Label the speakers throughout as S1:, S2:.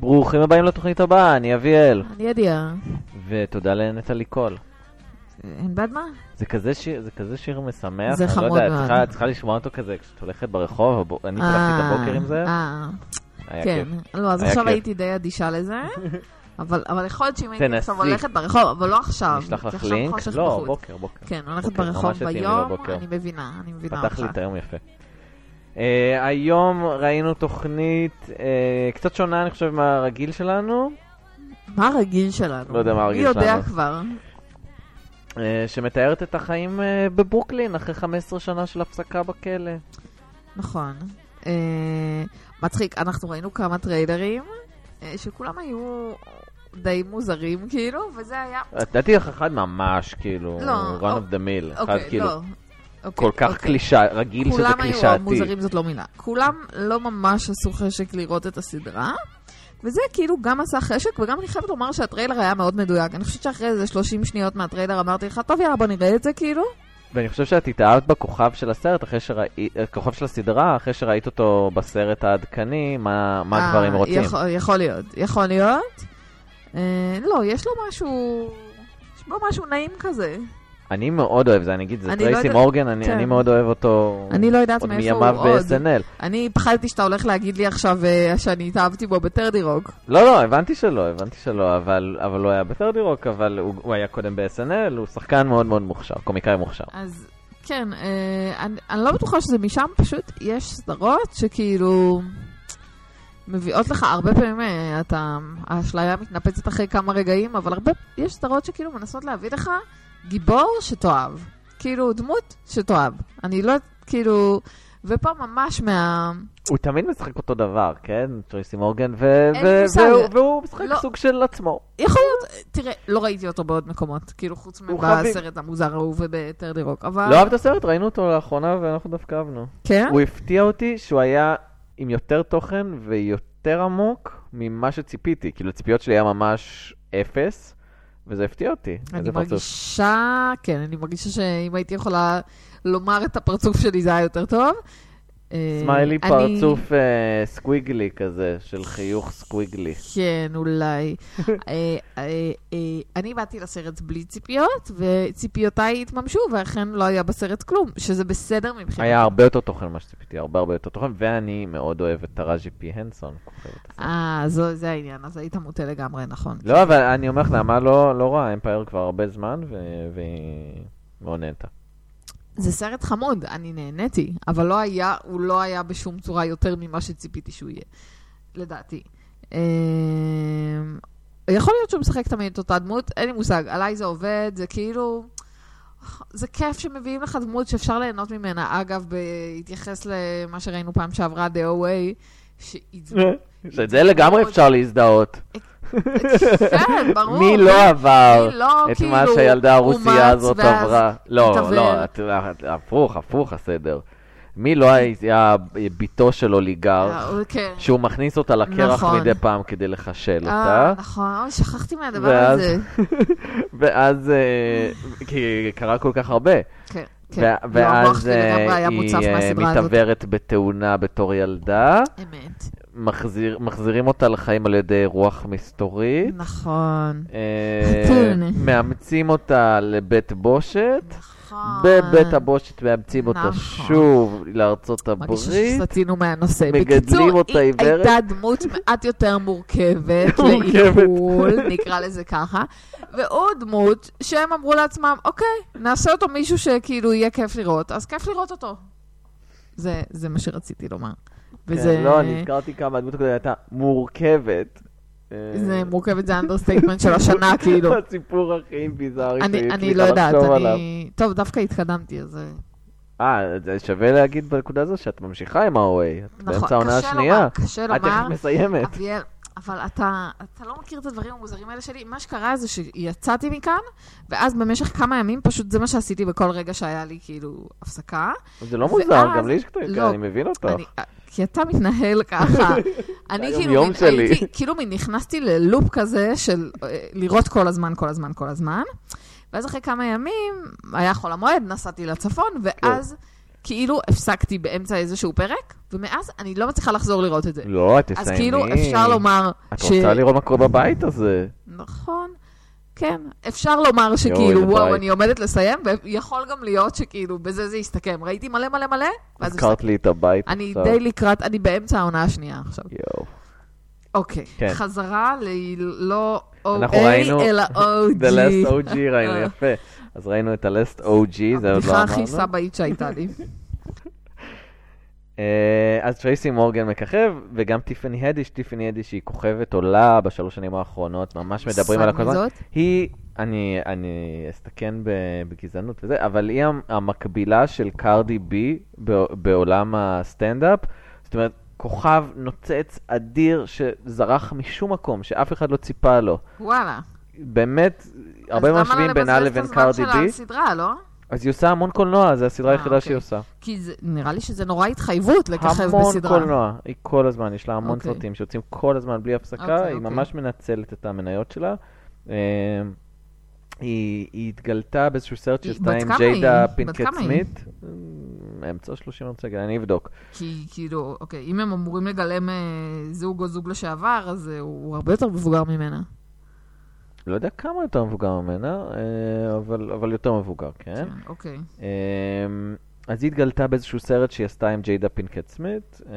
S1: ברוכים הבאים לתוכנית הבאה, אני אביאל.
S2: אני ידיעה.
S1: ותודה לנטלי קול.
S2: אין בעד מה?
S1: זה כזה שיר, זה כזה שיר משמח,
S2: זה
S1: אני
S2: חמוד
S1: לא יודע, את
S2: מאוד.
S1: צריכה, את צריכה לשמוע אותו כזה כשאת הולכת ברחוב, הבו- אני פתחתי את הבוקר עם זה,
S2: אה,
S1: היה
S2: כן.
S1: כיף.
S2: לא, אז
S1: היה
S2: עכשיו
S1: כיף.
S2: הייתי די אדישה לזה. אבל אבל יכול להיות שאם הייתי עכשיו
S1: תנסי.
S2: הולכת ברחוב, אבל לא עכשיו.
S1: אני אשלח
S2: כי
S1: לך
S2: עכשיו
S1: לינק,
S2: חושך
S1: לא,
S2: בחוץ.
S1: בוקר, בוקר.
S2: כן, הולכת
S1: בוקר,
S2: ברחוב
S1: ממש התאים לי
S2: ביום,
S1: בבוקר.
S2: אני מבינה, אני מבינה
S1: פתח לי את
S2: אותך.
S1: היום יפה. אה, היום ראינו תוכנית אה, קצת שונה, אני חושב, מהרגיל שלנו,
S2: מה הרגיל שלנו?
S1: לא יודע מה הרגיל
S2: מי יודע
S1: שלנו.
S2: כבר?
S1: אה, שמתארת את החיים אה, בברוקלין אחרי 15 שנה של הפסקה בכלא.
S2: נכון. אה, מצחיק, אנחנו ראינו כמה טריילרים, אה, שכולם היו די מוזרים, כאילו, וזה היה...
S1: נתתי לך אחד ממש, כאילו,
S2: לא,
S1: run
S2: אוק-
S1: of the mill, אחד
S2: אוקיי,
S1: כאילו
S2: לא. אוקיי,
S1: כל כך
S2: אוקיי.
S1: קלישה, רגיל שזה
S2: כולם היו
S1: קלישאתי.
S2: מוזרים, זאת לא מילה. כולם לא ממש עשו חשק לראות את הסדרה, וזה כאילו גם עשה חשק, וגם אני חייבת לומר שהטריילר היה מאוד מדויק. אני חושבת שאחרי איזה 30 שניות מהטריילר אמרתי לך, טוב יאללה בוא נראה את זה כאילו.
S1: ואני חושב שאת התאהבת בכוכב של הסרט, אחרי שראית, כוכב של הסדרה, אחרי שראית אותו בסרט העדכני, מה, מה
S2: אה,
S1: הדברים רוצים.
S2: יכול, יכול להיות, יכול להיות. אה, לא, יש לו משהו, יש בו משהו נעים כזה.
S1: אני מאוד אוהב זה, אני אגיד, זה
S2: אני לא
S1: טרייסי
S2: יודעת-
S1: מורגן, אני,
S2: כן.
S1: אני מאוד אוהב אותו.
S2: אני לא יודעת
S1: עוד
S2: מאיפה הוא
S1: מימיו
S2: עוד.
S1: ב-SNL.
S2: אני פחדתי שאתה הולך להגיד לי עכשיו אה, שאני התאהבתי בו בטרדי רוק.
S1: לא, לא, הבנתי שלא, הבנתי שלא, אבל, אבל הוא היה בטרדי רוק, אבל הוא, הוא היה קודם ב-SNL, הוא שחקן מאוד מאוד מוכשר, קומיקאי מוכשר.
S2: אז כן, אה, אני, אני לא בטוחה שזה משם, פשוט יש סדרות שכאילו מביאות לך הרבה פעמים, אה, אתה, האשליה מתנפצת אחרי כמה רגעים, אבל הרבה, יש סדרות שכאילו מנסות להביא לך גיבור שתאהב. כאילו, דמות שתאהב. אני לא, כאילו, ופה ממש מה...
S1: הוא תמיד משחק אותו דבר, כן? טרייסי מורגן, ו-
S2: אין
S1: ו-
S2: מושג.
S1: והוא, והוא משחק
S2: לא.
S1: סוג של עצמו.
S2: יכול להיות, תראה, לא ראיתי אותו בעוד מקומות, כאילו, חוץ
S1: הוא חביב.
S2: מבסרט המוזר ההוא ובטרדי רוק, אבל...
S1: לא אהבת את הסרט? ראינו אותו לאחרונה ואנחנו דווקא אהבנו.
S2: כן?
S1: הוא הפתיע אותי שהוא היה עם יותר תוכן ויותר עמוק ממה שציפיתי. כאילו, הציפיות שלי היה ממש אפס, וזה הפתיע אותי.
S2: אני
S1: איזה פרצוף.
S2: מרגישה, כן, אני מרגישה שאם הייתי יכולה לומר את הפרצוף שלי זה היה יותר טוב. אה,
S1: סמיילי
S2: אני-
S1: פרצוף אה, סקוויגלי כזה, של חיוך סקוויגלי.
S2: כן, אולי. אה, אה, אה, אני באתי לסרט בלי ציפיות, וציפיותיי התממשו, ואכן לא היה בסרט כלום, שזה בסדר מבחינתי.
S1: היה הרבה יותר תוכן ממה שציפיתי, הרבה הרבה יותר תוכן, ואני מאוד אוהב את הראז'י פי הנסון. כוכבת הסרט.
S2: אה, זו- זה העניין, אז היית מוטה לגמרי, נכון.
S1: לא, אבל אני אומר לך, נעמה לא לא רואה אמפייר כבר הרבה זמן, ו- והיא מאוד נהנתה.
S2: זה סרט חמוד, אני נהניתי, אבל לא היה, הוא לא היה בשום צורה יותר ממה שציפיתי שהוא יהיה, לדעתי. אמ, יכול להיות שהוא משחק תמיד את אותה דמות, אין לי מושג, עליי זה עובד, זה כאילו... זה כיף שמביאים לך דמות שאפשר ליהנות ממנה. אגב, בהתייחס למה שראינו פעם שעברה, The OA, שהיא...
S1: שאת זה לגמרי אפשר להזדהות.
S2: כן, ברור.
S1: מי לא עבר
S2: מי לא,
S1: את
S2: כאילו,
S1: מה שהילדה הרוסיה
S2: אומץ
S1: הזאת
S2: ואז
S1: עברה? לא,
S2: התעוור.
S1: לא, את- את- הפוך, הפוך הסדר. מי לא היה ביתו של אוליגר,
S2: אה, כן.
S1: שהוא מכניס אותה לקרח
S2: נכון.
S1: מדי פעם כדי לחשל אותה,
S2: אה, נכון, אוי, שכחתי מהדבר
S1: ואז-
S2: הזה.
S1: ואז, אה, כי קרה כל כך הרבה,
S2: כן, כן.
S1: ו-
S2: לא,
S1: ואז
S2: מוחי לגמרי
S1: אה,
S2: היה
S1: היא
S2: מוצף
S1: אה,
S2: מהסדרה הזאת.
S1: מתעוורת בתאונה בתור ילדה,
S2: אמת.
S1: מחזיר- מחזירים אותה לחיים על ידי רוח מסתורית.
S2: נכון.
S1: אה,
S2: חתול.
S1: מאמצים אותה לבית בושת,
S2: נכון.
S1: בבית הבושת מאמצים אותה
S2: נכון.
S1: שוב לארצות
S2: מרגישה
S1: הברית.
S2: שסטינו מהנושא.
S1: מגדלים
S2: בקיצור,
S1: אותה
S2: היא
S1: עיוורת.
S2: הייתה דמות מעט יותר מורכבת
S1: מורכבת.
S2: לעיכול, נקרא לזה ככה, והוא דמות שהם אמרו לעצמם, אוקיי, נעשה אותו מישהו שכאילו יהיה כיף לראות, אז כיף לראות אותו. זה זה מה שרציתי לומר. וזה...
S1: כן, לא, אני הזכרתי כמה הדמות הקודמת הייתה מורכבת. אה,
S2: זה מורכבת, זה אנדרסטייטמנט של השנה,
S1: לא,
S2: כאילו.
S1: הסיפור הכי ביזארי
S2: אני-
S1: שהיא
S2: אני
S1: הצליחה
S2: לא יודעת,
S1: לחשוב עליו.
S2: אני... טוב, דווקא התקדמתי, אז... אה,
S1: אה, זה שווה להגיד בנקודה הזו שאת ממשיכה עם ה-OA. את
S2: נכון,
S1: באמצע העונה
S2: קשה
S1: השנייה.
S2: לומר, קשה
S1: את תכף
S2: לומר,
S1: מסיימת.
S2: אביאל, אבל אתה, אתה לא מכיר את הדברים המוזרים האלה שלי. מה שקרה זה שיצאתי מכאן, ואז במשך כמה ימים, פשוט זה מה שעשיתי בכל רגע שהיה לי כאילו הפסקה.
S1: זה לא מוזר,
S2: ואז-
S1: גם לי יש קטעים
S2: לא,
S1: כאלה, אני מבין אותך.
S2: אני, אה, כי אתה מתנהל ככה. אני כאילו,
S1: היום-יום
S2: מין-
S1: שלי.
S2: הייתי, כאילו מין נכנסתי ללופ כזה של אה, לראות כל הזמן, כל הזמן,
S1: כן.
S2: כל הזמן. ואז אחרי כמה ימים, היה חול המועד, נסעתי לצפון, ואז כאילו הפסקתי באמצע איזשהו פרק, ומאז אני לא מצליחה לחזור לראות את זה.
S1: לא, תסיימי.
S2: אז כאילו אפשר לומר
S1: את
S2: ש...
S1: רוצה לראות מה קורה בבית הזה?
S2: נכון. כן, אפשר לומר
S1: איזה
S2: שכאילו, וואו,
S1: בית.
S2: אני עומדת לסיים, ויכול גם להיות שכאילו, בזה זה יסתכם. ראיתי מלא מלא מלא, ואז הפסקתי.
S1: הזכרת לי את הבית
S2: אני
S1: עכשיו.
S2: די לקראת, אני באמצע העונה השנייה עכשיו.
S1: יואו.
S2: אוקיי,
S1: כן.
S2: חזרה ללא
S1: אנחנו
S2: OA,
S1: ראינו-
S2: אלא
S1: The last
S2: OG.
S1: OG ראינו, יפה. אז ראינו את ה-last OG, זה עוד לא
S2: אה. הבדיחה הכי
S1: אמרנו.
S2: סבאית שהייתה לי.
S1: אה, אז טרייסי מורגן מככב, וגם טיפני הדיש, טיפני הדיש היא כוכבת עולה בשלוש שנים האחרונות, ממש מדברים עליה כל הזמן.
S2: זאת?
S1: היא, אני, אני אסתכן ב- בגזענות וזה, אבל היא המ- המקבילה של קרדי בי ב- בעולם הסטנדאפ. זאת אומרת, כוכב נוצץ אדיר שזרח משום מקום, שאף אחד לא ציפה לו.
S2: וואלה.
S1: באמת, הרבה
S2: אז למה
S1: משווים בינה
S2: לבזבז
S1: לבין
S2: את
S1: קרדי
S2: הזמן שלה
S1: בי.
S2: על סדרה, לא?
S1: אז היא עושה המון קולנוע, זו הסדרה
S2: אה,
S1: היחידה שהיא
S2: אוקיי.
S1: עושה.
S2: כי זה- נראה לי שזה נורא התחייבות לככב
S1: המון
S2: בסדרה.
S1: קולנוע, היא כל הזמן, יש לה המון
S2: אוקיי.
S1: סרטים שיוצאים כל הזמן בלי הפסקה,
S2: אוקיי,
S1: היא
S2: אוקיי.
S1: ממש מנצלת את המניות שלה. אה, היא היא התגלתה באיזשהו סרט
S2: היא-
S1: שעשתה
S2: בת
S1: עם
S2: כמה
S1: ג'יידה
S2: היא? בת
S1: פינקט
S2: כמה היא?
S1: סמית. אה, אמצע שלושים, אני רוצה להגיד, אני אבדוק.
S2: כי כאילו, אוקיי, אם הם אמורים לגלם אה, זוג או זוג לשעבר, אז אה, הוא הוא הרבה יותר מבוגר ממנה.
S1: לא יודע כמה יותר מבוגר ממנה, אה, אבל אבל יותר מבוגר, כן?
S2: כן, אוקיי.
S1: אמ, אז היא התגלתה באיזשהו סרט שהיא עשתה עם ג'יידה פינקט סמית, אה,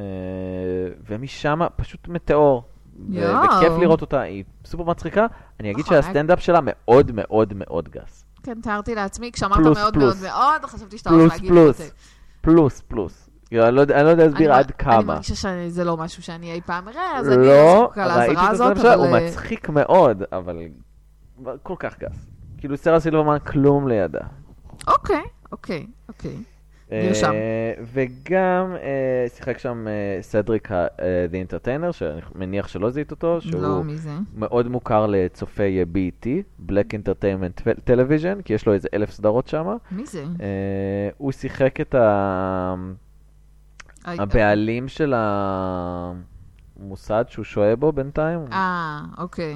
S1: ומשם פשוט מטאור. ו-
S2: יואו.
S1: וכיף לראות אותה, היא סופר מצחיקה. אני אגיד
S2: נכון,
S1: שהסטנדאפ שלה מאוד מאוד מאוד גס.
S2: כן, תיארתי לעצמי, כשאמרת
S1: פלוס,
S2: מאוד מאוד
S1: פלוס.
S2: מאוד, חשבתי שאתה הולך
S1: פלוס
S2: להגיד
S1: פלוס,
S2: מותק.
S1: פלוס פלוס. כאילו, אני לא יודע- אני לא יודע להסביר
S2: אני-
S1: עד
S2: אני
S1: כמה.
S2: מרגישה שזה לא משהו שאני אי פעם אראה, אז אני
S1: לא,
S2: זקוקה
S1: ראיתי
S2: לאזהרה
S1: את
S2: הזאת,
S1: הסרט שלה, הוא
S2: אבל... אה,
S1: מצחיק מאוד, אבל כל כך גס. כאילו, סרה סילברמן כלום לידה.
S2: אוקיי, אוקיי, אוקיי. נרשם.
S1: אה, וגם אה, שיחק שם אה, סדריק ה- אה, The Entertainer, שאני מניח שלא זיהית אותו,
S2: לא,
S1: שהוא
S2: מי זה?
S1: מאוד מוכר לצופי אה, BET, Black Entertainment Television, כי יש לו איזה אלף סדרות שם. אה,
S2: מי זה?
S1: הוא שיחק את ה- הבעלים של המוסד שהוא שוהה בו בינתיים.
S2: אה, אוקיי.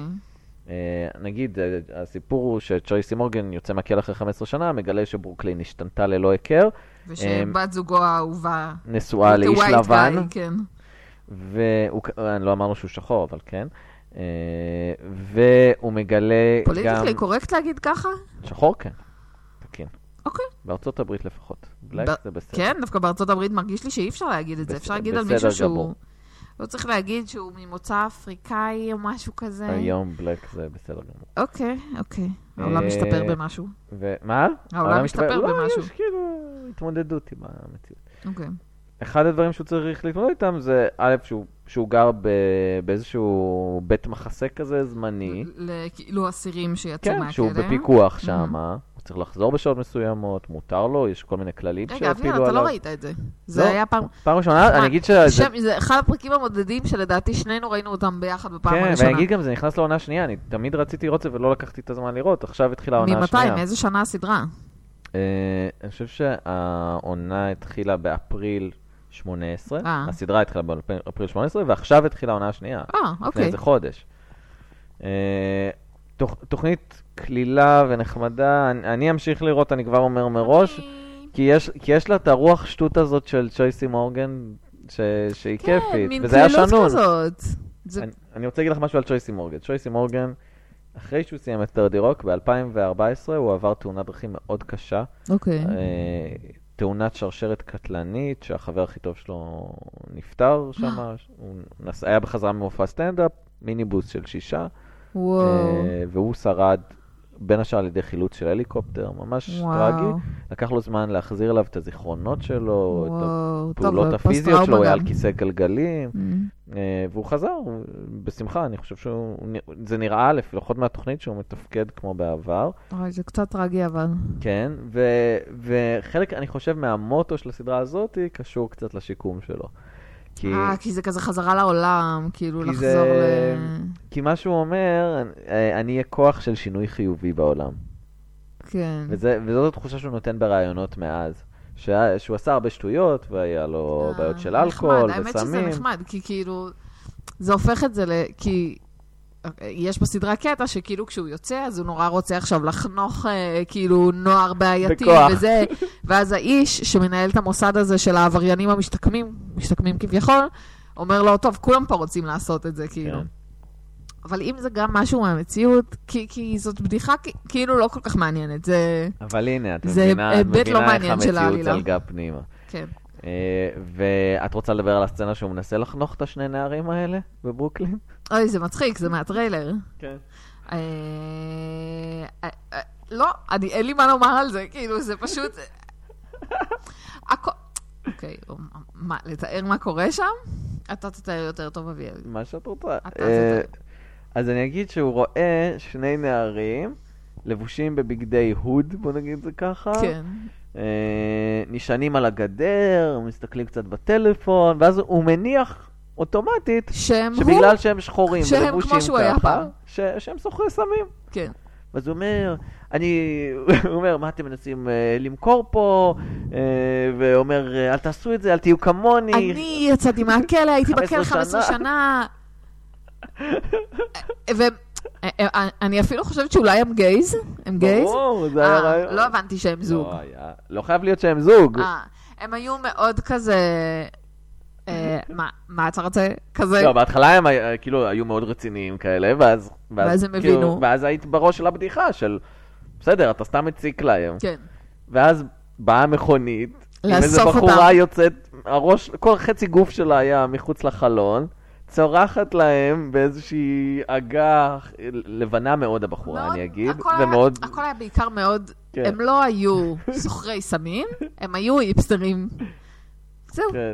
S1: אה, נגיד, אה, הסיפור הוא שצ'ויסי מורגן יוצא מהכלא אחרי 15 שנה, מגלה שברוקלין השתנתה ללא היכר,
S2: ושבת זוגו האהובה...
S1: נשואה
S2: the
S1: אמ, לאיש
S2: white
S1: לבן.
S2: guy, כן.
S1: והוא, כ- אה, לא אמרנו שהוא שחור, אבל כן. אה, והוא מגלה גם...
S2: פוליטיקלי קורקט להגיד ככה?
S1: שחור, כן. תקין.
S2: אוקיי.
S1: בארצות הברית לפחות. בלק
S2: ב-
S1: זה בסדר.
S2: כן, דווקא בארצות הברית מרגיש לי שאי אפשר להגיד את זה.
S1: בס-
S2: אפשר להגיד על
S1: בסדר
S2: מישהו
S1: גמור.
S2: שהוא... לא צריך להגיד שהוא ממוצא אפריקאי או משהו כזה.
S1: היום בלק זה בסדר גמור.
S2: אוקיי, אוקיי. העולם
S1: אה,
S2: משתפר במשהו.
S1: ומה?
S2: משתפר
S1: לא,
S2: במשהו.
S1: יש כאילו התמודדות עם המציאות.
S2: אוקיי.
S1: אחד הדברים שהוא צריך להתמודד איתם זה, א', שהוא, שהוא גר ב, באיזשהו בית מחסה כזה זמני.
S2: ל- ל- כאילו אסירים שיצאו מהכלא.
S1: כן, שהוא
S2: Mm-hmm.
S1: בפיקוח שם, הוא צריך לחזור בשעות מסוייות, מותר לו, יש כל מיני כללים
S2: רגע,
S1: שהפילו
S2: אבנר,
S1: עליו.
S2: אתה לא ראית את זה. זה
S1: לא.
S2: היה פעם...
S1: פעם ראשונה,
S2: תשמע,
S1: אני אגיד שזה...
S2: שם- זה אחד הפרקים הבודדים שלדעתי שנינו ראינו אותם ביחד בפעם
S1: כן,
S2: הראשונה.
S1: ואני אגיד גם, זה נכנס לעונה השנייה, אני תמיד רציתי לראות את זה ולא לקחתי את הזמן לראות, עכשיו התחילה העונה השנייה.
S2: ממתי? מאיזה שנה הסדרה?
S1: אה, אני חושב שהעונה התחילה באפריל 18,
S2: אה.
S1: הסדרה התחילה באפריל 18, ועכשיו התחילה העונה השנייה,
S2: אה,
S1: לפני
S2: אוקיי.
S1: איזה חודש. אה, תוכ- תוכנית קלילה ונחמדה, אני- אני אמשיך לראות, אני כבר אומר
S2: אוקיי.
S1: מראש,
S2: אני-
S1: כי יש- כי יש לה את הרוח שטות הזאת של צ'ויסי מורגן, ש- שהיא
S2: כן,
S1: כיפית,
S2: מין
S1: וזה היה
S2: קלילות
S1: שנון.
S2: כזאת. זה-
S1: אני- אני רוצה להגיד לך משהו על צ'ויסי מורגן. צ'ויסי מורגן, אחרי שהוא סיים את תרדי רוק, ב-2014 הוא עבר תאונת דרכים מאוד קשה.
S2: אוקיי.
S1: אה, תאונת שרשרת קטלנית, שהחבר הכי טוב שלו נפטר
S2: אה.
S1: שם, הוא נס- היה בחזרה ממופע סטנדאפ, מיניבוס של שישה,
S2: וואו.
S1: אה, והוא שרד. בין השאר על ידי חילוץ של הליקופטר, ממש
S2: וואו.
S1: טרגי. לקח לו זמן להחזיר אליו את הזיכרונות שלו, את
S2: וואו. טוב,
S1: הפעולות
S2: אבל
S1: הפיזיות
S2: פוסט-טראומה
S1: שלו, הוא היה
S2: גם.
S1: על כיסא גלגלים.
S2: אמ,
S1: אה, והוא חזר, הוא- בשמחה, אני חושב שהוא... הוא נ- זה נראה, לפחות מהתוכנית, שהוא מתפקד כמו בעבר.
S2: אוי, זה קצת טרגי אבל.
S1: כן, ו, וחלק, אני חושב, מהמוטו של הסדרה הזאת קשור קצת לשיקום שלו. כי,
S2: אה, כי זה כזה חזרה לעולם, כאילו
S1: כי
S2: לחזור
S1: זה-
S2: ל...
S1: כי מה שהוא אומר, אה, אני אהיה כוח של שינוי חיובי בעולם.
S2: Mm-hmm. כן.
S1: וזה, וזאת התחושה שהוא נותן בראיונות מאז. שהיה, שהוא עשה הרבה שטויות, והיה לו
S2: אה,
S1: בעיות של
S2: נחמד,
S1: אלכוהול
S2: האמת שזה
S1: וסמים.
S2: נחמד, כי כאילו, זה הופך את זה ל... כי יש בסדרה קטע שכאילו כשהוא יוצא, אז הוא נורא רוצה עכשיו לחנוך אה, כאילו נוער בעייתי
S1: בכוח.
S2: וזה, ואז האיש שמנהל את המוסד הזה של העבריינים המשתקמים, משתקמים כביכול, אומר לו, טוב, כולם פה רוצים לעשות את זה, כאילו.
S1: כן.
S2: אבל אם זה גם משהו מהמציאות, כי, כי זאת בדיחה כ- כאילו לא כל כך מעניינת, זה...
S1: אבל הנה, את
S2: זה
S1: מבינה, את
S2: היבט
S1: מבינה
S2: לא
S1: איך
S2: מעניין של
S1: המציאות
S2: העלילה.
S1: זלגה פנימה.
S2: כן.
S1: אה, ואת רוצה לדבר על הסצנה שהוא מנסה לחנוך את השני נערים האלה בברוקלין?
S2: אוי, זה מצחיק, זה מהטריילר.
S1: כן.
S2: אה, אה, אה, לא, אני, אין לי מה לומר על זה, כאילו, זה פשוט... הכל... אוקיי, מה, לתאר מה קורה שם? אתה תתאר יותר טוב, אביאל.
S1: מה שאת רוצה.
S2: אתה
S1: אה,
S2: צודק.
S1: אז אני אגיד שהוא רואה שני נערים לבושים בבגדי הוד, בוא נגיד זה ככה.
S2: כן.
S1: אה, נשענים על הגדר, מסתכלים קצת בטלפון, ואז הוא מניח אוטומטית
S2: שם הוא?
S1: שבגלל שהם שחורים
S2: שהם
S1: ולבושים
S2: כמו שהוא היה
S1: ככה,
S2: פעם.
S1: ש- שהם סוחרי סמים.
S2: כן.
S1: אז הוא אומר, אני, הוא אומר, מה אתם מנסים אה, למכור פה? אה, ואומר, "אה, אל תעשו את זה, אל תהיו כמוני.
S2: אני יצאתי מהכלא, הייתי
S1: 15
S2: בכלא
S1: שנה.
S2: 15 שנה. ואני אה, אפילו חושבת שאולי הם גייז? הם גייז?
S1: ברור, זה היה
S2: אה,
S1: רעיון.
S2: לא הבנתי שהם זוג.
S1: לא היה- לא חייב להיות שהם זוג.
S2: אה, הם היו מאוד כזה... אה, מה- מה אתה רוצה? כזה...
S1: לא, בהתחלה הם היה- כאילו היו מאוד רציניים כאלה, ואז...
S2: ואז הם
S1: כאילו,
S2: הבינו.
S1: ואז היית בראש של הבדיחה של, בסדר, אתה סתם מציק להם.
S2: כן.
S1: ואז באה מכונית, עם איזה
S2: לאסוף
S1: בחורה
S2: אותם.
S1: יוצאת, הראש, כל חצי גוף שלה היה מחוץ לחלון, צורחת להם באיזושהי עגה לבנה מאוד הבחורה,
S2: מאוד-
S1: אני אגיד,
S2: לא, הכל היה-
S1: ומאוד...
S2: הכל היה בעיקר מאוד...
S1: כן.
S2: הם לא היו סוחרי סמים, הם היו היפסטרים. זהו,
S1: כן.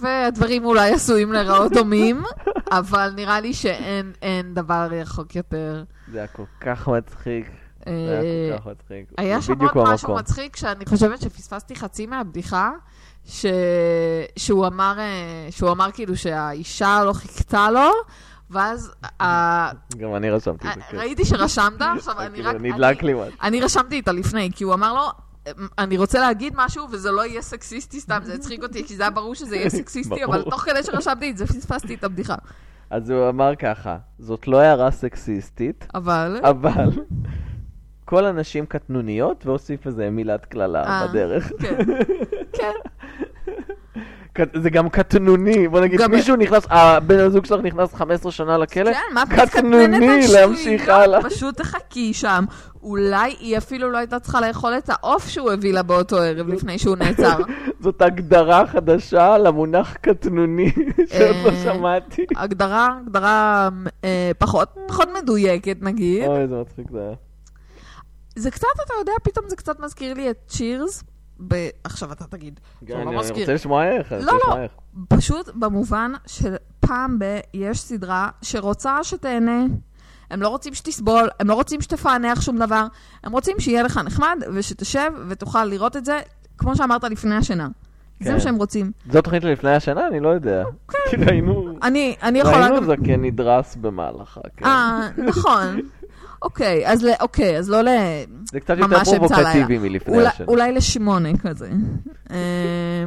S2: והדברים אולי עשויים להיראות דומים, אבל נראה לי שאין אין דבר רחוק יותר.
S1: זה היה כל כך מצחיק, זה היה כל
S2: אה,
S1: כך מצחיק.
S2: היה
S1: זה
S2: שם
S1: בדיוק
S2: עוד משהו
S1: במקום.
S2: מצחיק, שאני חושבת שפספסתי חצי מהבדיחה, ש... שהוא, אמר, אה, שהוא אמר כאילו שהאישה לא חיכתה לו, ואז ה...
S1: גם אני רשמתי את זה, כן.
S2: אה, ראיתי שרשמת, עכשיו אני
S1: כאילו,
S2: רק...
S1: נדלק
S2: אני-
S1: לי משהו.
S2: אני רשמתי איתה לפני, כי הוא אמר לו, אני רוצה להגיד משהו וזה לא יהיה סקסיסטי סתם, זה הצחיק אותי, כי זה היה ברור שזה יהיה סקסיסטי, אבל
S1: ברור.
S2: תוך כדי שרשמתי את זה, פספסתי את הבדיחה.
S1: אז הוא אמר ככה, זאת לא הערה סקסיסטית,
S2: אבל...
S1: אבל
S2: אה.
S1: כל הנשים קטנוניות, והוסיף איזה מילת קללה
S2: אה,
S1: בדרך.
S2: כן, כן.
S1: קט- זה גם קטנוני, בוא נגיד,
S2: גם-
S1: מישהו נכנס, הבן הזוג שלך נכנס 15 שנה לכלא?
S2: כן, מה את מתקטננת
S1: קטנוני,
S2: על
S1: להמשיך
S2: שטויות?
S1: הלאה.
S2: לא, פשוט תחכי שם. אולי היא אפילו לא הייתה צריכה לאכול את העוף שהוא הביא לה באותו ערב לפני שהוא נעצר.
S1: זאת הגדרה חדשה למונח קטנוני, שעוד לא
S2: אה,
S1: שמעתי.
S2: הגדרה, הגדרה אה, פחות, פחות מדויקת נגיד.
S1: אוי, זה מצחיק זה היה.
S2: זה קצת, אתה יודע, פתאום זה קצת מזכיר לי את צ'ירס. ב... עכשיו אתה תגיד. זה
S1: אני
S2: לא
S1: כן, אני
S2: מזכיר.
S1: רוצה לשמוע איך, אני
S2: לא,
S1: רוצה
S2: לא.
S1: לשמוע איך.
S2: פשוט במובן של פעם ב... יש סדרה שרוצה שתהנה. הם לא רוצים שתסבול, הם לא רוצים שתפענח שום דבר, הם רוצים שיהיה לך נחמד ושתשב ותוכל לראות את זה, כמו שאמרת לפני השינה. זה
S1: כן.
S2: מה שהם רוצים.
S1: זו תוכנית לפני השנה? אני לא יודע. כאילו היינו...
S2: כן. אני, אני יכולה
S1: ראינו
S2: גם...
S1: זקן נדרס במהלכה, כן.
S2: אה, נכון. אוקיי, אז, ל... אוקיי, אז לא ל...
S1: זה קצת יותר
S2: ממש אמצע
S1: פרובוקטיבי מלפני
S2: אולי,
S1: השנה.
S2: אולי לשמונה כזה. אמ,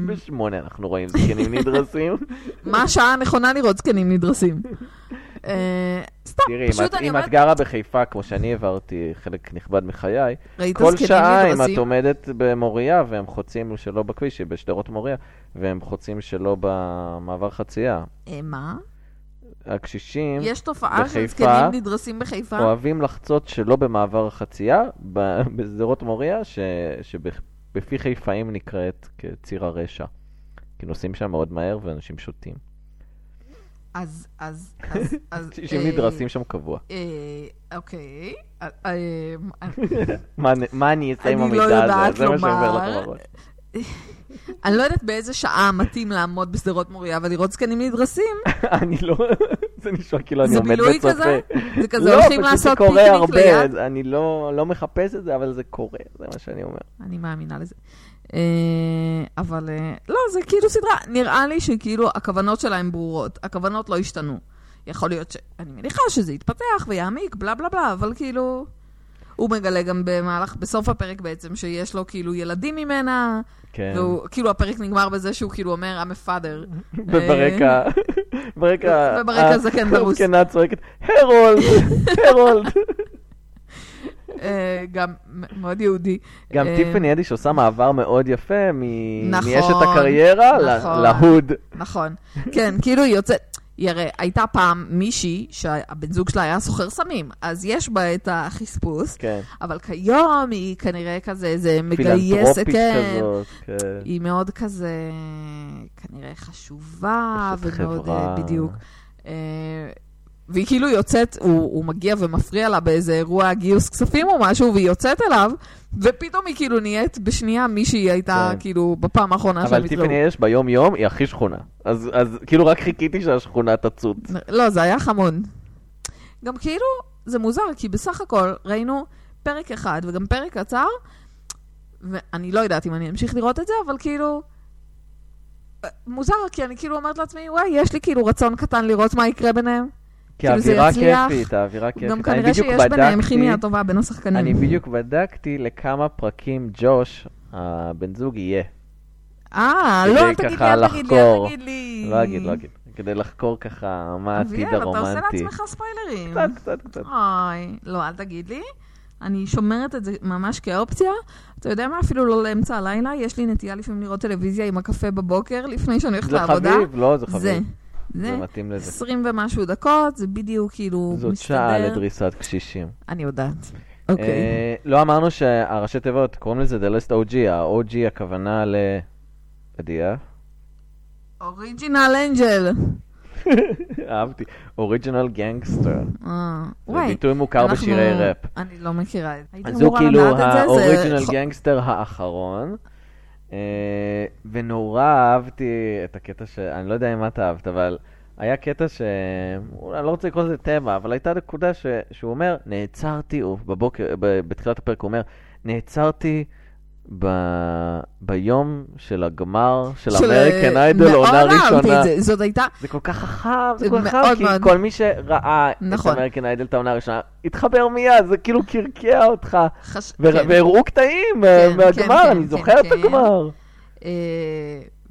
S1: בשמונה אנחנו רואים זקנים נדרסים.
S2: מה השעה הנכונה לראות זקנים נדרסים? אה, סתם,
S1: תראי, אם
S2: פשוט
S1: את-
S2: אני
S1: אם
S2: אומרת,
S1: את גרה בחיפה, כמו שאני העברתי חלק נכבד מחיי,
S2: ראית
S1: כל
S2: זקנים
S1: שעה אם את
S2: נדרסים?
S1: עומדת במוריה והם חוצים שלא בכביש, היא בשדרות מוריה, והם חוצים שלא במעבר חצייה.
S2: אה, מה?
S1: הקשישים
S2: יש תופעה של
S1: בחיפה-
S2: זקנים נדרסים בחיפה?
S1: אוהבים לחצות שלא במעבר חצייה, ב- בשדרות מוריה, ש- שבפי חיפאים נקראת כציר הרשע. כי נוסעים שם מאוד מהר ואנשים שותים.
S2: אה, אז, אז, אז, אז...
S1: קשישים
S2: אה,
S1: נדרסים שם קבוע.
S2: אה, אוקיי. אה, אה,
S1: מה אני- מה אני אעשה עם
S2: אני לא
S1: המידע
S2: יודעת
S1: הזה? זה מה שעובר
S2: לומר.
S1: לך בראש.
S2: אני לא יודעת באיזה שעה מתאים לעמוד בשדרות מוריה ולראות זקנים נדרסים.
S1: אני לא... זה נשמע כאילו אני
S2: זה
S1: עומד
S2: בילוי
S1: וצופה.
S2: כזה? זה כזה הולכים לעשות
S1: לא, פשוט זה קורה
S2: פיקניק ליד?
S1: הרבה, אני לא, לא מחפש את זה, אבל זה קורה, זה מה שאני אומר.
S2: אני מאמינה לזה. אה, אבל אה, לא, זה כאילו סדרה, נראה לי שכאילו הכוונות שלה הן ברורות, הכוונות לא השתנו. יכול להיות ש... אני מניחה שזה יתפתח ויעמיק, בלה בלה בלה, אבל כאילו... הוא מגלה גם במהלך, בסוף הפרק בעצם, שיש לו כאילו ילדים ממנה,
S1: כן.
S2: והוא, כאילו הפרק נגמר בזה שהוא כאילו אומר, I'm a father.
S1: וברקע, ברקע,
S2: אה, וברקע כן
S1: ה-
S2: זקן דרוס.
S1: הזקנה צועקת, הרולד, הרולד.
S2: אה, גם מ- מאוד יהודי.
S1: גם
S2: אה,
S1: טיפני אדיש עושה מעבר מאוד יפה מ-
S2: נכון,
S1: מאשת הקריירה ל-
S2: נכון.
S1: להוד.
S2: נכון. כן, כאילו היא יוצאת... היא הרי הייתה פעם מישהי שהבן זוג שלה היה סוחר סמים, אז יש בה את החספוס,
S1: כן,
S2: אבל כיום היא כנראה כזה איזה מגייסת,
S1: פילנטרופית
S2: כן.
S1: כזאת. כן.
S2: היא מאוד כזה, כנראה חשובה,
S1: אשת
S2: ומאוד,
S1: חברה.
S2: אה, בדיוק. אה, והיא כאילו יוצאת, הוא, הוא מגיע ומפריע לה באיזה אירוע גיוס כספים או משהו, והיא יוצאת אליו, ופתאום היא כאילו נהיית בשנייה מי שהיא הייתה,
S1: כן.
S2: כאילו, בפעם האחרונה שהם
S1: אבל
S2: התראו.
S1: טיפני אדיש ביום-יום היא הכי שכונה. אז אז כאילו רק חיכיתי שהשכונה תצוץ.
S2: לא, זה היה חמון. גם כאילו, זה מוזר, כי בסך הכל ראינו פרק אחד וגם פרק קצר, ואני לא יודעת אם אני אמשיך לראות את זה, אבל כאילו... מוזר, כי אני כאילו אומרת לעצמי, וואי, יש לי כאילו רצון קטן לראות מה יקרה ביניהם.
S1: כי
S2: כאילו זה
S1: האווירה
S2: יצליח.
S1: כיפית, האווירה כיפית.
S2: גם
S1: כן, אני
S2: כנראה
S1: בדיוק
S2: שיש ביניהם
S1: בדקתי-
S2: כימיה טובה בין השחקנים.
S1: אני בדיוק בדקתי לכמה פרקים ג'וש, הבן זוג, יהיה.
S2: אה, לא,
S1: כדי
S2: אל תגיד לי,
S1: ככה
S2: אל תגיד לי, אל
S1: לחקור.
S2: תגיד לי.
S1: לא אגיד, לא אגיד. כדי לחקור ככה מה העתיד
S2: אביאל, אתה עושה
S1: הרומנטי.
S2: לעצמך ספיילרים.
S1: קצת, קצת, קצת.
S2: אוי, לא, אל תגיד לי. אני שומרת את זה ממש כאופציה. אתה יודע מה? אפילו לא לאמצע הלילה, יש לי נטייה לפעמים לראות טלוויזיה עם הקפה בבוקר, לפני שאני הולכת
S1: זה
S2: לעבודה.
S1: חביב, לא, זה
S2: זה,
S1: חביב. זה
S2: זה.
S1: מתאים לזה.
S2: 20 ומשהו דקות, זה בדיוק כאילו
S1: זאת
S2: מסתדר.
S1: שעה לדריסת קשישים.
S2: אני יודעת. אוקיי.
S1: אה, לא אמרנו שהראשי תיבות, קוראים לזה The Last OG, ה-OG הכוונה ל... אה? אדיה?
S2: אוריג'ינל אנג'ל.
S1: אהבתי. אוריג'ינל גנגסטר.
S2: אה,
S1: זה
S2: וואי.
S1: ביטוי מוכר
S2: אנחנו-
S1: בשירי ראפ.
S2: אני לא מכירה את זה. הייתי
S1: אז הוא
S2: אמורה
S1: כאילו
S2: לדעת את זה, זה
S1: האוריג'ינל
S2: ח-
S1: גנגסטר האחרון. אה, ונורא אהבתי את הקטע ש... אני לא יודע אם את אהבת, אבל היה קטע ש... אני לא רוצה לקרוא לזה תמה, אבל הייתה נקודה ש... שהוא אומר, נעצרתי, הוא בבוקר, ב... בתחילת הפרק הוא אומר, נעצרתי ב... ביום של הגמר של
S2: של- אה,
S1: אמריקן איידל, עונה
S2: מאוד
S1: ראשונה.
S2: אהבתי את זה, זאת הייתה
S1: זה כל כך חכם, זה
S2: זה
S1: כל כך חכם,
S2: מאוד
S1: כי
S2: מאוד.
S1: כל מי שראה את
S2: נכון.
S1: אמריקן איידל את העונה הראשונה, התחבר מיד, זה כאילו קרקע אותך.
S2: חש...
S1: ו-
S2: כן.
S1: והראו קטעים אה,
S2: כן,
S1: מהגמר,
S2: כן,
S1: אני
S2: כן,
S1: זוכר את
S2: כן.
S1: הגמר.
S2: אה,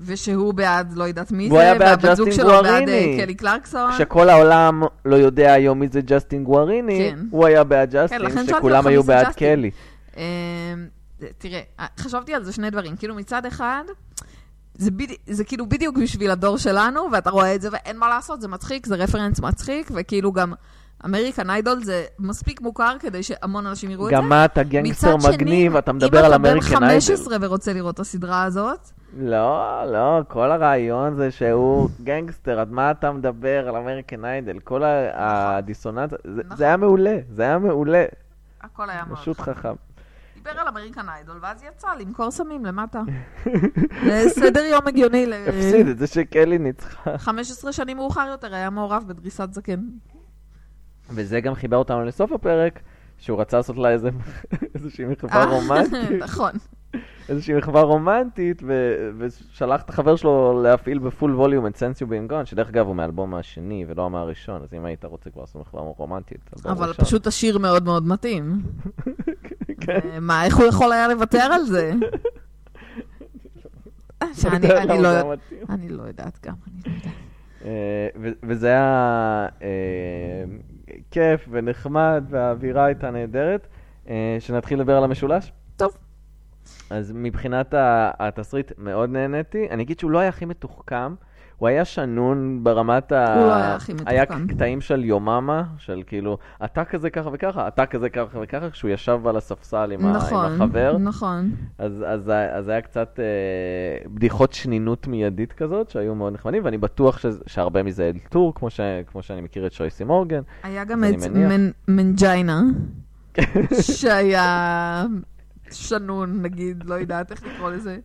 S2: ושהוא בעד לא יודעת מי
S1: והוא
S2: זה,
S1: היה בעד
S2: והבת זוג
S1: ג'סטין
S2: שלו בעד אה,
S1: גואריני.
S2: קלי קלרקסון.
S1: כשכל העולם לא יודע היום מי זה ג'סטין גואריני,
S2: כן.
S1: הוא היה בעד
S2: לכן
S1: ג'סטין,
S2: שאלתי
S1: שכולם
S2: אותך
S1: היו
S2: מי זה
S1: בעד
S2: ג'סטין.
S1: קלי.
S2: אה, תראה, אה, חשבתי על זה שני דברים. כאילו מצד אחד, זה, בדי, זה כאילו בדיוק בשביל הדור שלנו, ואתה רואה את זה ואין מה לעשות, זה מצחיק, זה רפרנס מצחיק, וכאילו גם אמריקן איידול זה מספיק מוכר כדי שהמון אנשים יראו את זה.
S1: גם מה, אתה גנגסטר
S2: מצד שני,
S1: מגניב, אתה מדבר על
S2: אם אתה בן
S1: אמריקן איידל.
S2: 15 ורוצה לראות את הסדרה הזאת,
S1: לא, לא, כל הרעיון זה שהוא גנגסטר, אז מה אתה מדבר על אמריקן איידל? כל ה- הדיסוננס, זה-
S2: נכון.
S1: זה היה מעולה, זה היה מעולה,
S2: הכל היה מאוד
S1: פשוט חכם.
S2: דיבר על אמריקן איידול, ואז יצא למכור סמים למטה. זה סדר יום הגיוני ל...
S1: הפסיד את זה שקלי ניצחה.
S2: 15 שנים מאוחר יותר היה מעורב בדריסת זקן.
S1: וזה גם חיבר אותנו לסוף הפרק, שהוא רצה לעשות לה איזה, איזושהי מחווה
S2: אה,
S1: רומנטית,
S2: נכון.
S1: איזושהי מחווה רומנטית, ו, ושלח את החבר שלו להפעיל בפול ווליום את סנסיו בינגון, שדרך אגב הוא מהאלבום השני ולא מהראשון, אז אם היית רוצה כבר לעשות מחווה רומנטית, אלבום
S2: אבל
S1: ראשון.
S2: פשוט השיר מאוד מאוד מתאים.
S1: כן.
S2: אה, מה, איך הוא יכול היה לוותר על זה? שאני-
S1: אתה יודע
S2: אני
S1: למה
S2: לא
S1: זה
S2: יודעת.
S1: היה מתאים.
S2: אני לא יודעת גם, אני לא יודעת.
S1: אה, ו- וזה היה אה, כיף ונחמד, והאווירה הייתה נהדרת. אה, שנתחיל לדבר על המשולש?
S2: טוב.
S1: אז מבחינת ה- התסריט, מאוד נהניתי. אני אגיד שהוא לא היה הכי מתוחכם. הוא היה שנון ברמת ה...
S2: הוא לא היה הכי
S1: היה
S2: מתוחכם.
S1: קטעים של יוממה, של כאילו, אתה כזה ככה וככה, אתה כזה ככה וככה, כשהוא ישב על הספסל עם, ה... עם
S2: נכון,
S1: החבר.
S2: נכון.
S1: אז, אז, ה- אז היה קצת אה, בדיחות שנינות מיידית כזאת, שהיו מאוד נחמדים, ואני בטוח ש, שהרבה מזה אלתור, כמו, ש, כמו שאני מכיר את שויסי מורגן.
S2: היה
S1: אז
S2: גם
S1: אני
S2: את
S1: מניח.
S2: מנ- מנג'יינה, שהיה שנון, נגיד, לא יודעת איך לקרוא לזה.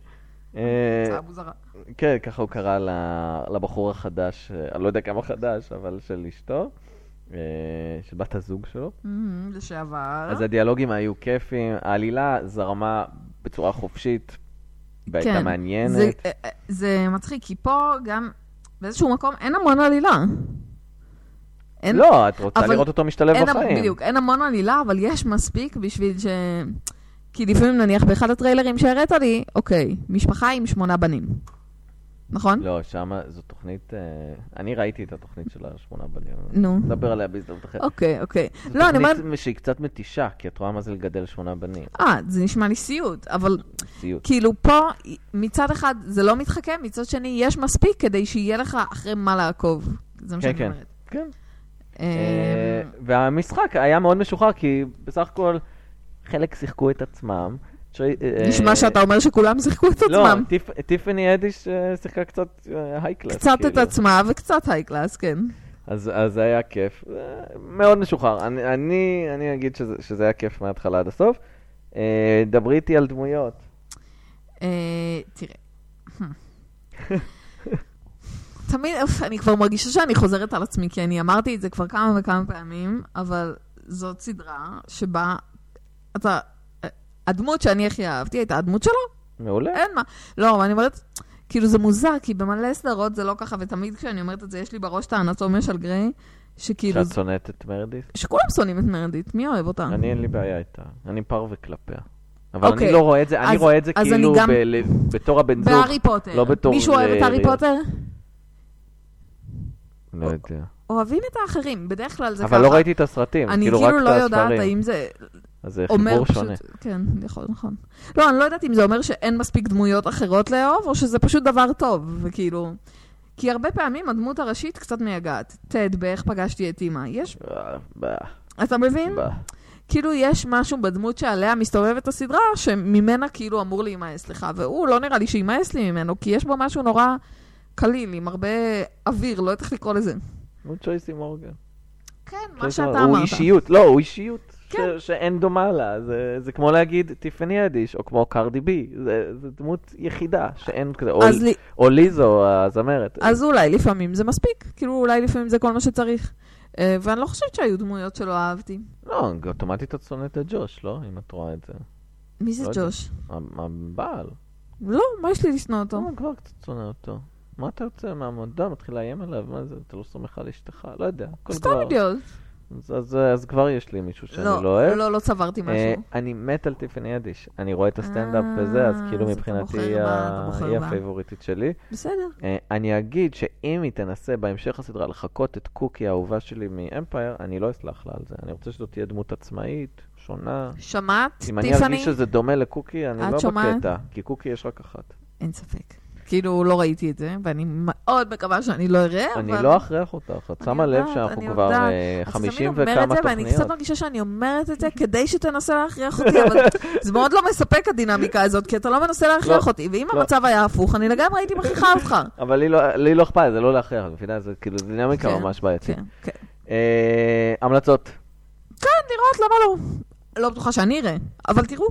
S1: אה,
S2: הצעה מוזרה.
S1: כן, ככה הוא קרא ל- לבחור החדש, אה, אני לא יודע כמה חדש, אבל של אשתו, אה, של בת הזוג שלו.
S2: אמ, לשעבר.
S1: אז הדיאלוגים היו כיפים, העלילה זרמה בצורה חופשית, והייתה
S2: כן,
S1: מעניינת.
S2: זה- אה, אה, זה מצחיק, כי פה גם באיזשהו מקום אין המון עלילה. אין-
S1: לא, את רוצה
S2: אבל
S1: לראות אותו משתלב
S2: אין,
S1: בחיים.
S2: בדיוק, אין המון עלילה, אבל יש מספיק בשביל ש... כי לפעמים, נניח, באחד הטריילרים שהראית לי, אוקיי, משפחה עם שמונה בנים. נכון?
S1: לא, שמה, זו תוכנית... אה, אני ראיתי את התוכנית של השמונה בנים.
S2: נו.
S1: נדבר עליה בהזדמנות אחרת.
S2: אוקיי, אוקיי.
S1: זו
S2: לא, אני אומרת...
S1: לא. תוכנית שהיא קצת מתישה, כי את רואה מה זה לגדל שמונה בנים.
S2: אה, זה נשמע לי סיוט, אבל
S1: סיוט.
S2: כאילו פה, מצד אחד זה לא מתחכם, מצד שני יש מספיק כדי שיהיה לך אחרי מה לעקוב. זה מה
S1: כן,
S2: שאני
S1: כן.
S2: אומרת.
S1: כן.
S2: אה,
S1: אה, והמשחק היה מאוד משוחרר, כי בסך הכל חלק שיחקו את עצמם. ש- אה,
S2: נשמע שאתה אומר שכולם שיחקו את עצמם.
S1: לא, טיפ- טיפני אדיש אה, שיחקה קצת אה, הייקלאס.
S2: קצת את עצמה וקצת היי קלאס, כן.
S1: כאילו. אז אז זה היה כיף. אה, מאוד משוחרר. אני- אני אני אגיד שזה- שזה היה כיף מההתחלה עד הסוף. אה, דברי איתי על דמויות.
S2: אה, תראה. תמיד, אוף, אני כבר מרגישה שאני חוזרת על עצמי, כי אני אמרתי את זה כבר כמה וכמה פעמים, אבל זאת סדרה שבה אתה... אה, הדמות שאני הכי אהבתי הייתה הדמות שלו,
S1: מעולה.
S2: אין מה. לא, אבל אני אומרת, כאילו זה מוזר, כי במלא סדרות זה לא ככה, ותמיד כשאני אומרת את זה, יש לי בראש את האנטומיה של גריי, שכאילו,
S1: שאת שונאת את מרדיס?
S2: שכולם שונאים את מרדית, מי אוהב אותה?
S1: אני אין לי בעיה איתה. אני פרווה כלפיה. אבל אני
S2: אה. אוקיי.
S1: לא רואה את זה, אני
S2: אז-
S1: רואה את זה
S2: אז אני
S1: כאילו
S2: גם-
S1: ב- ל- בתור הבן זוג.
S2: בהארי פוטר.
S1: לא בתור
S2: מישהו אוהב את
S1: ל-
S2: הארי
S1: ריאל.
S2: פוטר?
S1: לא יודע.
S2: אוהבים את האחרים, בדרך כלל זה ככה.
S1: אבל לא ראיתי את הסרטים,
S2: אני
S1: כאילו רק
S2: כאילו
S1: את
S2: לא יודעת
S1: הספרים.
S2: האם זה
S1: אז זה
S2: אומר
S1: חיבור
S2: פשוט...
S1: שונה.
S2: כן, יכול, נכון. לא, אני לא יודעת אם זה אומר שאין מספיק דמויות אחרות לאהוב, או שזה פשוט דבר טוב, וכאילו... כי הרבה פעמים הדמות הראשית קצת מייגעת. טד, באיך פגשתי את אימא. יש...
S1: אה, bah,
S2: אתה מבין?
S1: bah.
S2: כאילו יש משהו בדמות שעליה מסתובבת הסדרה, שממנה כאילו אמור להימאס לך, והוא לא נראה לי שימאס לי ממנו, כי יש בו משהו נורא קליל, עם הרבה אוויר, לא יודעת איך לקרוא לזה.
S1: הוא צ'ויסי מורגן.
S2: כן, מה
S1: צ'ויסי
S2: שאתה
S1: מורגן. לא הוא
S2: אמרת.
S1: אישיות, לא, הוא אישיות. ש-
S2: כן.
S1: שאין דומה לה, זה, זה כמו להגיד טיפני אדיש, או כמו קרדי בי, זה, זה דמות יחידה שאין כזה, או,
S2: אז לי-
S1: או ליזו הזמרת.
S2: אז אולי לפעמים זה מספיק, כאילו אולי לפעמים זה כל מה שצריך. אה, ואני לא חושבת שהיו דמויות שלא אהבתי.
S1: לא, אוטומטית את שונאת את ג'וש, לא? אם את רואה את זה.
S2: מי זה
S1: לא יודע.
S2: ג'וש?
S1: הבעל.
S2: לא, מה יש לי לשנוא אותו?
S1: טוב, לא, כבר קצת שונא אותו. מה אתה יוצא מהמועדון? מתחיל לאיים עליו? מה זה? אתה לא סומך על אשתך? לא יודע. כל
S2: סתם
S1: דבר.
S2: אידיוט.
S1: אז- אז אז כבר יש לי מישהו שאני לא
S2: לא,
S1: אוהב.
S2: לא, לא צברתי
S1: אה,
S2: משהו.
S1: אני מת על טיפני אדיש. אני רואה את הסטנדאפ
S2: אה,
S1: וזה, אז כאילו
S2: אז אתה
S1: מבחינתי
S2: בוחר
S1: היא
S2: בה,
S1: ה-
S2: אתה בוחר
S1: היא
S2: בה.
S1: הפייבוריטית שלי.
S2: בסדר.
S1: אה, אני אגיד שאם היא תנסה בהמשך הסדרה לחקות את קוקי האהובה שלי מאמפייר, אני לא אסלח לה על זה. אני רוצה שזו תהיה דמות עצמאית, שונה.
S2: שמעת,
S1: אם אני
S2: טיפני?
S1: ארגיש שזה דומה לקוקי, אני
S2: את
S1: לא
S2: שומעת?
S1: בקטע. כי קוקי יש רק אחת.
S2: אין ספק. כאילו, לא ראיתי את זה, ואני מאוד מקווה שאני לא אראה, אבל...
S1: אני לא אכריח אותך, את
S2: אני
S1: שמה לב
S2: יודעת,
S1: שאנחנו
S2: אני
S1: כבר
S2: יודעת.
S1: אה,
S2: את
S1: 50
S2: תמיד אומרת
S1: וכמה
S2: את זה, ואני קצת
S1: תוכניות.
S2: מרגישה שאני אומרת את זה כדי שתנסה להכריח אותי, אבל זה מאוד לא מספק הדינמיקה הזאת, כי אתה לא מנסה להכריח
S1: לא,
S2: אותי, ואם
S1: לא.
S2: המצב היה הפוך, אני לגמרי הייתי מכריחה אותך.
S1: אבל לי לא- לי לא אכפת, זה לא להכריח, את מבינה? זה כאילו דינמיקה
S2: כן,
S1: ממש בעייתית.
S2: כן, כן.
S1: אה, המלצות.
S2: לראות, למה לא? לא בטוחה שאני אראה, אבל תראו.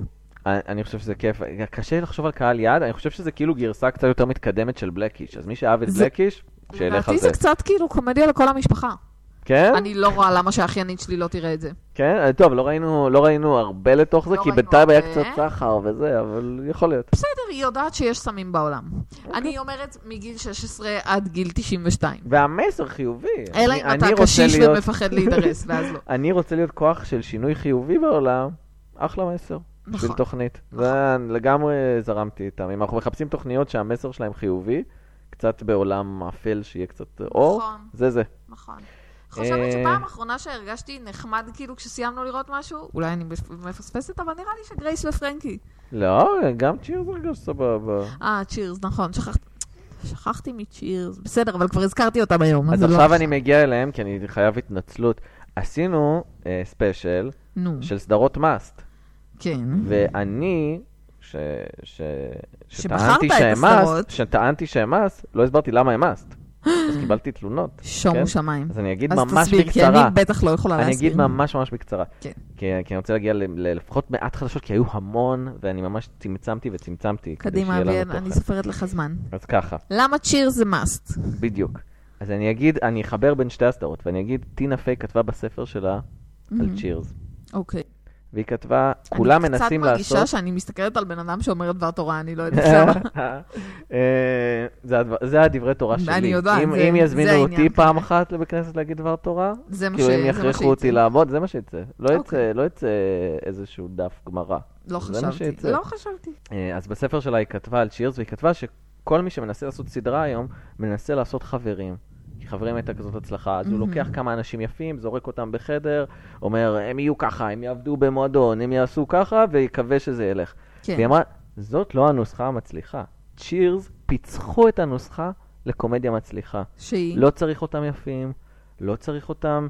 S1: אני- אני חושב שזה כיף. קשה לחשוב על קהל יעד, אני חושב שזה כאילו גרסה קצת יותר מתקדמת של בלקיש. אז מי שאהב את
S2: זה-
S1: בלקיש, שילך על
S2: לדעתי
S1: זה.
S2: זה קצת כאילו קומדיה לכל המשפחה.
S1: כן?
S2: אני לא רואה למה שהאחיינית שלי לא תראה את זה.
S1: כן? אה, טוב, לא ראינו- לא ראינו הרבה לתוך זה,
S2: לא
S1: כי
S2: ראינו
S1: בינתיים היה
S2: הרבה.
S1: קצת סחר וזה, אבל יכול להיות.
S2: בסדר, היא יודעת שיש סמים בעולם.
S1: אוקיי.
S2: אני אומרת מגיל 16 עד גיל 92.
S1: והמסר חיובי.
S2: אלא
S1: כן. אני-
S2: אם אתה
S1: אני רוצה
S2: קשיש
S1: להיות-
S2: ומפחד להידרס, ואז לא.
S1: אני רוצה להיות כוח של שינוי חיובי בעולם, אחלה מסר. בשביל
S2: נכון.
S1: תוכנית.
S2: נכון.
S1: זה לגמרי זרמתי איתם. אם אנחנו מחפשים תוכניות שהמסר שלהם חיובי, קצת בעולם אפל שיהיה קצת אור,
S2: נכון.
S1: זה זה.
S2: נכון.
S1: אה,
S2: חושבת שפעם אחרונה שהרגשתי נחמד כאילו כשסיימנו לראות משהו, אולי אני מפ- מפספסת, אבל נראה לי שגרייס ופרנקי.
S1: לא, גם צ'ירס הרגש סבבה.
S2: אה, צ'ירס, נכון, שכחתי. שכחתי מצ'ירס, בסדר, אבל כבר הזכרתי אותם היום,
S1: אז
S2: זה לא
S1: עכשיו אני
S2: עכשיו.
S1: מגיע אליהם, כי אני חייב התנצלות. עשינו אה, ספיישל
S2: נו,
S1: של סדרות מאסט,
S2: כן.
S1: ואני, ש- ש-
S2: שבחרת
S1: שטענתי
S2: את
S1: שהם
S2: הסדרות.
S1: מאסט, שטענתי שהם מאסט, לא הסברתי למה הם מאסט. אז קיבלתי תלונות. כן?
S2: שומו שמיים.
S1: אז אני אגיד
S2: אז
S1: ממש
S2: תסביר, כי
S1: בקצרה.
S2: אני בטח לא יכולה
S1: אני
S2: להסביר.
S1: אגיד ממש ממש בקצרה.
S2: כן.
S1: כי, כי אני רוצה להגיע ל- ל- לפחות מעט חדשות, כי היו המון, ואני ממש צמצמתי וצמצמתי. כדי
S2: קדימה,
S1: שיהיה לנו
S2: אביאל,
S1: תוכן.
S2: אני סופרת לך זמן.
S1: אז ככה,
S2: למה צ'ירס זה must?
S1: בדיוק. אז אני אגיד, אני אחבר בין שתי הסדרות, ואני אגיד, טינה פיי כתבה בספר שלה על צ'ירס.
S2: אוקיי.
S1: והיא כתבה, כולם מנסים
S2: אני קצת
S1: לעשות...
S2: מרגישה שאני מסתכלת על בן אדם שאומר דבר תורה, אני לא יודעת למה.
S1: אה, זה הדבר- זה הדברי תורה
S2: אני
S1: שלי.
S2: יודעת,
S1: אם-
S2: זה-
S1: אם
S2: זה
S1: יזמינו
S2: העניין
S1: אותי
S2: כנראה.
S1: פעם אחת לבית כנסת להגיד דבר תורה,
S2: זה מה ש...
S1: כאילו אם
S2: זה מה
S1: יכריחו
S2: שיצא.
S1: אותי לעמוד, זה מה שיצא. לא יצא-
S2: אוקיי.
S1: לא יצא איזשהו דף גמרא.
S2: לא
S1: זה מה
S2: חשבתי.
S1: שיצא.
S2: לא חשבתי.
S1: אה, אז בספר שלה היא כתבה על צ'ירס, והיא כתבה שכל מי שמנסה לעשות סדרה היום, מנסה לעשות חברים. כי חברים הייתה כזאת הצלחה, אז הוא
S2: מהמם.
S1: לוקח כמה אנשים יפים, זורק אותם בחדר, אומר, הם יהיו ככה, הם יעבדו במועדון, הם יעשו ככה, ויקווה שזה ילך. והיא
S2: כן.
S1: אמרה, זאת לא הנוסחה המצליחה. צ'ירס פיצחו את הנוסחה לקומדיה מצליחה.
S2: שהיא...
S1: לא צריך אותם יפים, לא צריך אותם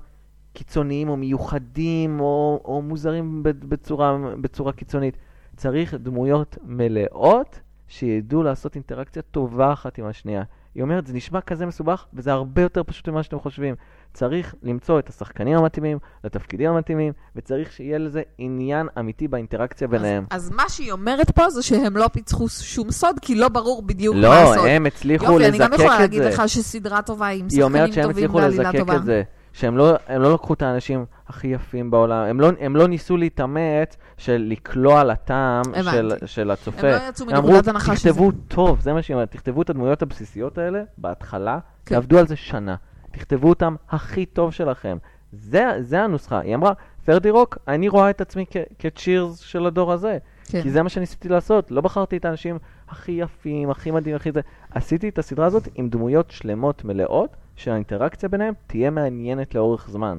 S1: קיצוניים או מיוחדים או, או מוזרים ב- בצורה, בצורה קיצונית. צריך דמויות מלאות שידעו לעשות אינטראקציה טובה אחת עם השנייה. היא אומרת, זה נשמע כזה מסובך, וזה הרבה יותר פשוט ממה שאתם חושבים. צריך למצוא את השחקנים המתאימים, לתפקידים המתאימים, וצריך שיהיה לזה עניין אמיתי באינטראקציה ביניהם.
S2: אז, אז מה שהיא אומרת פה זה שהם לא פיצחו שום סוד, כי לא ברור בדיוק מה הסוד.
S1: לא, הם הצליחו
S2: יופי,
S1: לזקק את
S2: אני
S1: זה.
S2: גם יכולה להגיד לך שסדרה טובה היא עם
S1: היא
S2: שחקנים
S1: אומרת שהם
S2: טובים
S1: הצליחו
S2: ועלילה
S1: לזקק
S2: טובה.
S1: את זה. שהם לא, הם לא לקחו את האנשים הכי יפים בעולם, הם לא, הם לא ניסו להתאמץ של לקלוע לטעם
S2: הבנתי.
S1: של, של הצופה.
S2: הם לא יצאו
S1: הם אמרו,
S2: מנקודת הנחה שזה...
S1: תכתבו טוב, זה מה שהיא אומרת, תכתבו את הדמויות הבסיסיות האלה בהתחלה,
S2: כן.
S1: תעבדו על זה שנה, תכתבו אותם הכי טוב שלכם. זה, זה הנוסחה. היא אמרה, פרדי רוק, אני רואה את עצמי כ- כצ'ירס של הדור הזה.
S2: כן.
S1: כי זה מה שניסיתי לעשות, לא בחרתי את האנשים הכי יפים, הכי מדהים, הכי זה. עשיתי את הסדרה הזאת עם דמויות שלמות מלאות, שהאינטראקציה ביניהם תהיה מעניינת לאורך זמן.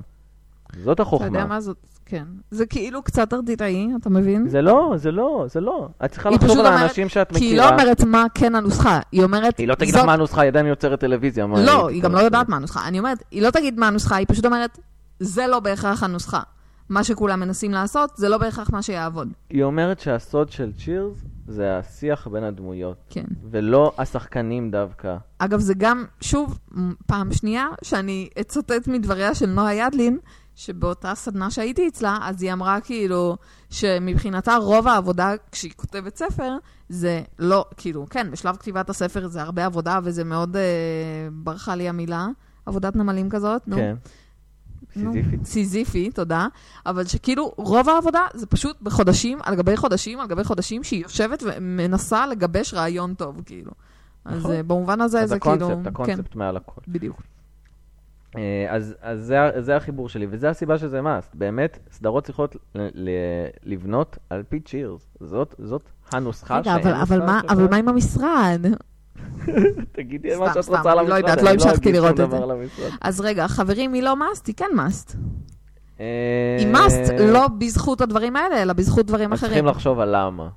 S1: זאת
S2: אתה יודע
S1: החוכמה.
S2: מה זאת, כן. זה כאילו קצת תרדידאי, אתה מבין?
S1: זה לא, זה לא, זה לא. את צריכה
S2: היא
S1: לחשוב
S2: פשוט
S1: על
S2: אומרת-
S1: האנשים שאת
S2: כי היא לא
S1: מכירה.
S2: אומרת מה כן הנוסחה, היא אומרת...
S1: היא לא תגיד לך
S2: זאת-
S1: מה הנוסחה, היא עדיין יוצרת טלוויזיה. מה
S2: לא,
S1: היא
S2: היא גם לא
S1: תקרא.
S2: יודעת מה הנוסחה. אני אומרת, היא לא תגיד מה הנוסחה, היא פשוט אומרת, זה לא בהכרח הנוסחה. מה שכולם מנסים לעשות, זה לא בהכרח מה שיעבוד.
S1: היא אומרת שהסוד של צ'ירס זה השיח בין הדמויות,
S2: כן.
S1: ולא השחקנים דווקא.
S2: אגב, זה גם, שוב, מ- פעם שנייה, שאני אצטט מדבריה של נועה ידלין, שבאותה סדנה שהייתי אצלה, אז היא אמרה כאילו, שמבחינתה רוב העבודה כשהיא כותבת ספר, זה לא, כאילו, כן, בשלב כתיבת הספר זה הרבה עבודה, וזה מאוד, אה, ברחה לי המילה, עבודת נמלים כזאת, נו.
S1: כן.
S2: נו,
S1: סיזיפית.
S2: סיזיפי, תודה. אבל שכאילו, רוב העבודה זה פשוט בחודשים, על גבי חודשים, על גבי חודשים, שהיא יושבת ומנסה לגבש רעיון טוב, כאילו. אז
S1: נכון.
S2: אה, במובן הזה
S1: אז
S2: זה כאילו...
S1: הקונספט, הקונספט מעל הכל.
S2: כן, בדיוק.
S1: אה, אז, אז זה, ה- זה החיבור שלי, וזו הסיבה שזה must. באמת, סדרות צריכות ל, ל, לבנות על פי צ'ירס. זאת, זאת הנוסחה
S2: רגע, אבל,
S1: נוסחה
S2: אבל, מה,
S1: שבה-
S2: אבל מה עם המשרד?
S1: תגידי מה
S2: סתם,
S1: שאת
S2: סתם,
S1: רוצה על
S2: אני לא
S1: המשרד,
S2: יודעת, לא המשכתי
S1: אגיד
S2: לראות
S1: שום
S2: את זה.
S1: דבר על המשרד.
S2: אז רגע, חברים, היא לא מאסט, היא כן מאסט.
S1: אה,
S2: היא מאסט לא בזכות הדברים האלה, אלא בזכות דברים
S1: אז
S2: אחרים.
S1: צריכים לחשוב על למה.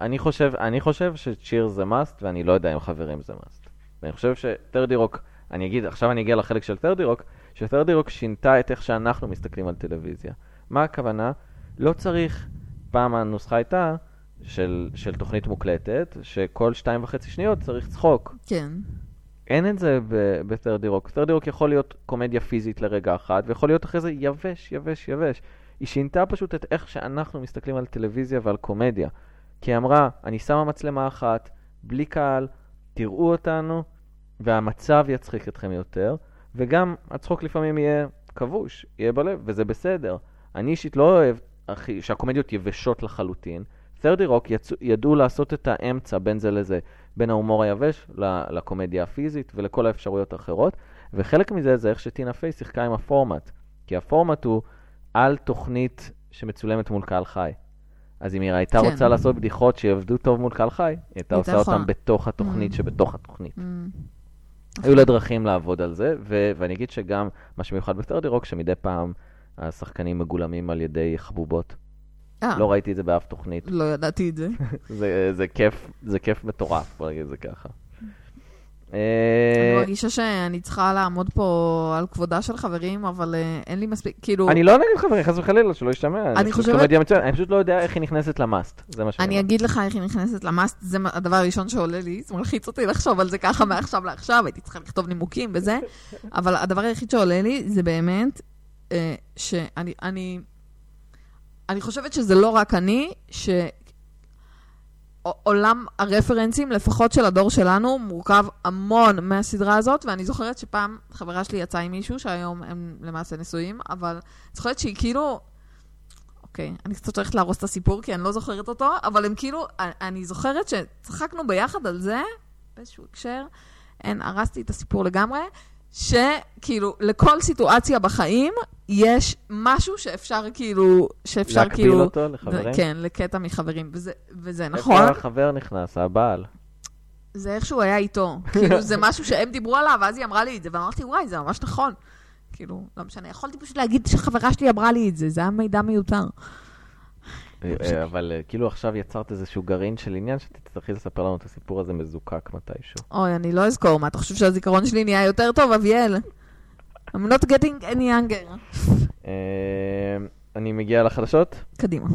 S1: אני חושב, אני חושב שצ'ירס זה must, ואני לא יודע אם חברים זה must. ואני חושב שתרדי רוק, אני אגיד, עכשיו אני אגיע לחלק של תרדי רוק, שתרדי רוק שינתה את איך שאנחנו מסתכלים על טלוויזיה. מה הכוונה? לא צריך, פעם הנוסחה הייתה של, של תוכנית מוקלטת, שכל שתיים וחצי שניות צריך צחוק.
S2: כן,
S1: אין את זה ב- ב-30 רוק. 30 רוק יכול להיות קומדיה פיזית לרגע אחד, ויכול להיות אחרי זה יבש, יבש, יבש. היא שינתה פשוט את איך שאנחנו מסתכלים על טלוויזיה ועל קומדיה. כי היא אמרה, אני שמה מצלמה אחת, בלי קהל, תראו אותנו, והמצב יצחיק אתכם יותר, וגם הצחוק לפעמים יהיה כבוש, יהיה בלב, וזה בסדר. אני אישית לא אוהב הכי, שהקומדיות יבשות לחלוטין. 30 רוק יצ... ידעו לעשות את האמצע בין זה לזה, בין ההומור היבש ל- לקומדיה הפיזית ולכל האפשרויות האחרות, וחלק מזה זה איך שטינה פיי שיחקה עם הפורמט, כי הפורמט הוא על תוכנית שמצולמת מול קהל חי. אז אם היא הייתה
S2: כן.
S1: רוצה לעשות בדיחות שיעבדו טוב מול קהל חי, היא הייתה
S2: הייתה
S1: עושה אותן
S2: יכולה.
S1: בתוך התוכנית
S2: Mm.
S1: שבתוך התוכנית.
S2: אה,
S1: היו לה דרכים לעבוד על זה, ו- ואני אגיד שגם מה שמיוחד בסטרדי רוק, שמדי פעם השחקנים מגולמים על ידי חבובות.
S2: אה,
S1: לא ראיתי את זה באף תוכנית.
S2: לא ידעתי את זה.
S1: זה, זה כיף, זה כיף מטורף, בוא נגיד את זה ככה.
S2: Mm. אני
S1: אה,
S2: מרגישה שאני צריכה לעמוד פה על כבודה של חברים, אבל אה, אין לי מספיק, כאילו...
S1: אני לא נגד חברים, חס וחלילה, שלא ישתמע.
S2: אני
S1: פשוט
S2: חושבת-
S1: קומדיה מצוינת, אני פשוט לא יודע איך היא נכנסת למאסט, זה מה שאני
S2: אני
S1: אומר.
S2: אגיד לך איך היא נכנסת למאסט, זה מה- הדבר הראשון שעולה לי, זה מלחיץ אותי לחשוב על זה ככה מעכשיו לעכשיו, הייתי צריכה לכתוב נימוקים וזה, אבל הדבר היחיד שעולה לי זה באמת אה, שאני אני, אני חושבת שזה לא רק אני, שעולם הרפרנסים, לפחות של הדור שלנו, מורכב המון מהסדרה הזאת, ואני זוכרת שפעם חברה שלי יצאה עם מישהו, שהיום הם למעשה נשואים, אבל זוכרת שהיא כאילו... אוקיי, אני קצת הולכת להרוס את הסיפור, כי אני לא זוכרת אותו, אבל הם כאילו, אני- אני זוכרת שצחקנו ביחד על זה, באיזשהו הקשר, אין, הרסתי את הסיפור לגמרי, שכאילו, לכל סיטואציה בחיים יש משהו שאפשר כאילו, שאפשר
S1: להקביל
S2: כאילו...
S1: אותו לחברים?
S2: כן, לקטע מחברים, וזה, וזה נכון.
S1: איפה החבר נכנס? הבעל.
S2: זה איך שהוא היה איתו. כאילו, זה משהו שהם דיברו עליו, ואז היא אמרה לי את זה, ואמרתי, וואי, זה ממש נכון. כאילו, לא משנה, יכולתי פשוט להגיד שחברה שלי אמרה לי את זה, זה היה מידע מיותר.
S1: אה, אה, אבל אה, כאילו עכשיו יצרת איזשהו גרעין של עניין שתצטרכי לספר לנו את הסיפור הזה מזוקק מתישהו.
S2: אוי, אני לא אזכור, מה, אתה חושב שהזיכרון שלי נהיה יותר טוב, אביאל? I'm not getting any younger.
S1: אה, אני מגיע לחדשות,
S2: קדימה.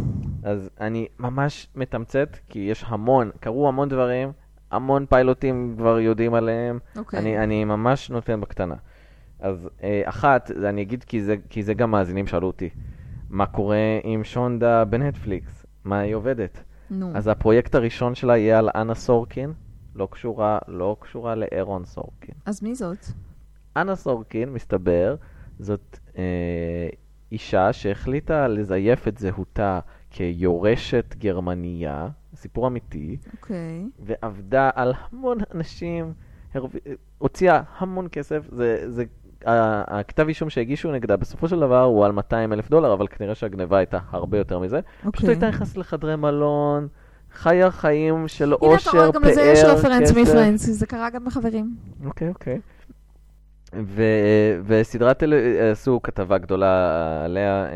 S1: אז אני ממש מתמצת, כי יש המון, קרו המון דברים, המון פיילוטים כבר יודעים עליהם.
S2: אוקיי.
S1: אני, אני ממש נותן בקטנה. אז אה, אחת, זה אני אגיד כי זה, כי זה גם מאזינים שאלו אותי, מה קורה עם שונדה בנטפליקס? מה היא עובדת?
S2: נו.
S1: אז הפרויקט הראשון שלה יהיה על אנה סורקין, לא קשורה, לא קשורה לאירון סורקין.
S2: אז מי זאת?
S1: אנה סורקין, מסתבר, זאת אה, אישה שהחליטה לזייף את זהותה כיורשת גרמניה, סיפור אמיתי,
S2: אוקיי.
S1: ועבדה על המון אנשים, הרב... הוציאה המון כסף. זה, זה, ה- הכתב אישום שהגישו נגדה בסופו של דבר הוא על 200 אלף דולר, אבל כנראה שהגניבה הייתה הרבה יותר מזה. Okay. פשוט
S2: אוקיי.
S1: הייתה נכנסת לחדרי מלון, חיה חיים של
S2: הנה, אתה רואה,
S1: אושר, פאר,
S2: גם לזה יש רפרנס
S1: כסף.
S2: מפרנס, זה קרה גם בחברים.
S1: אוקיי, אוקיי. ו- וסדרת, טל- עשו כתבה גדולה עליה, אה,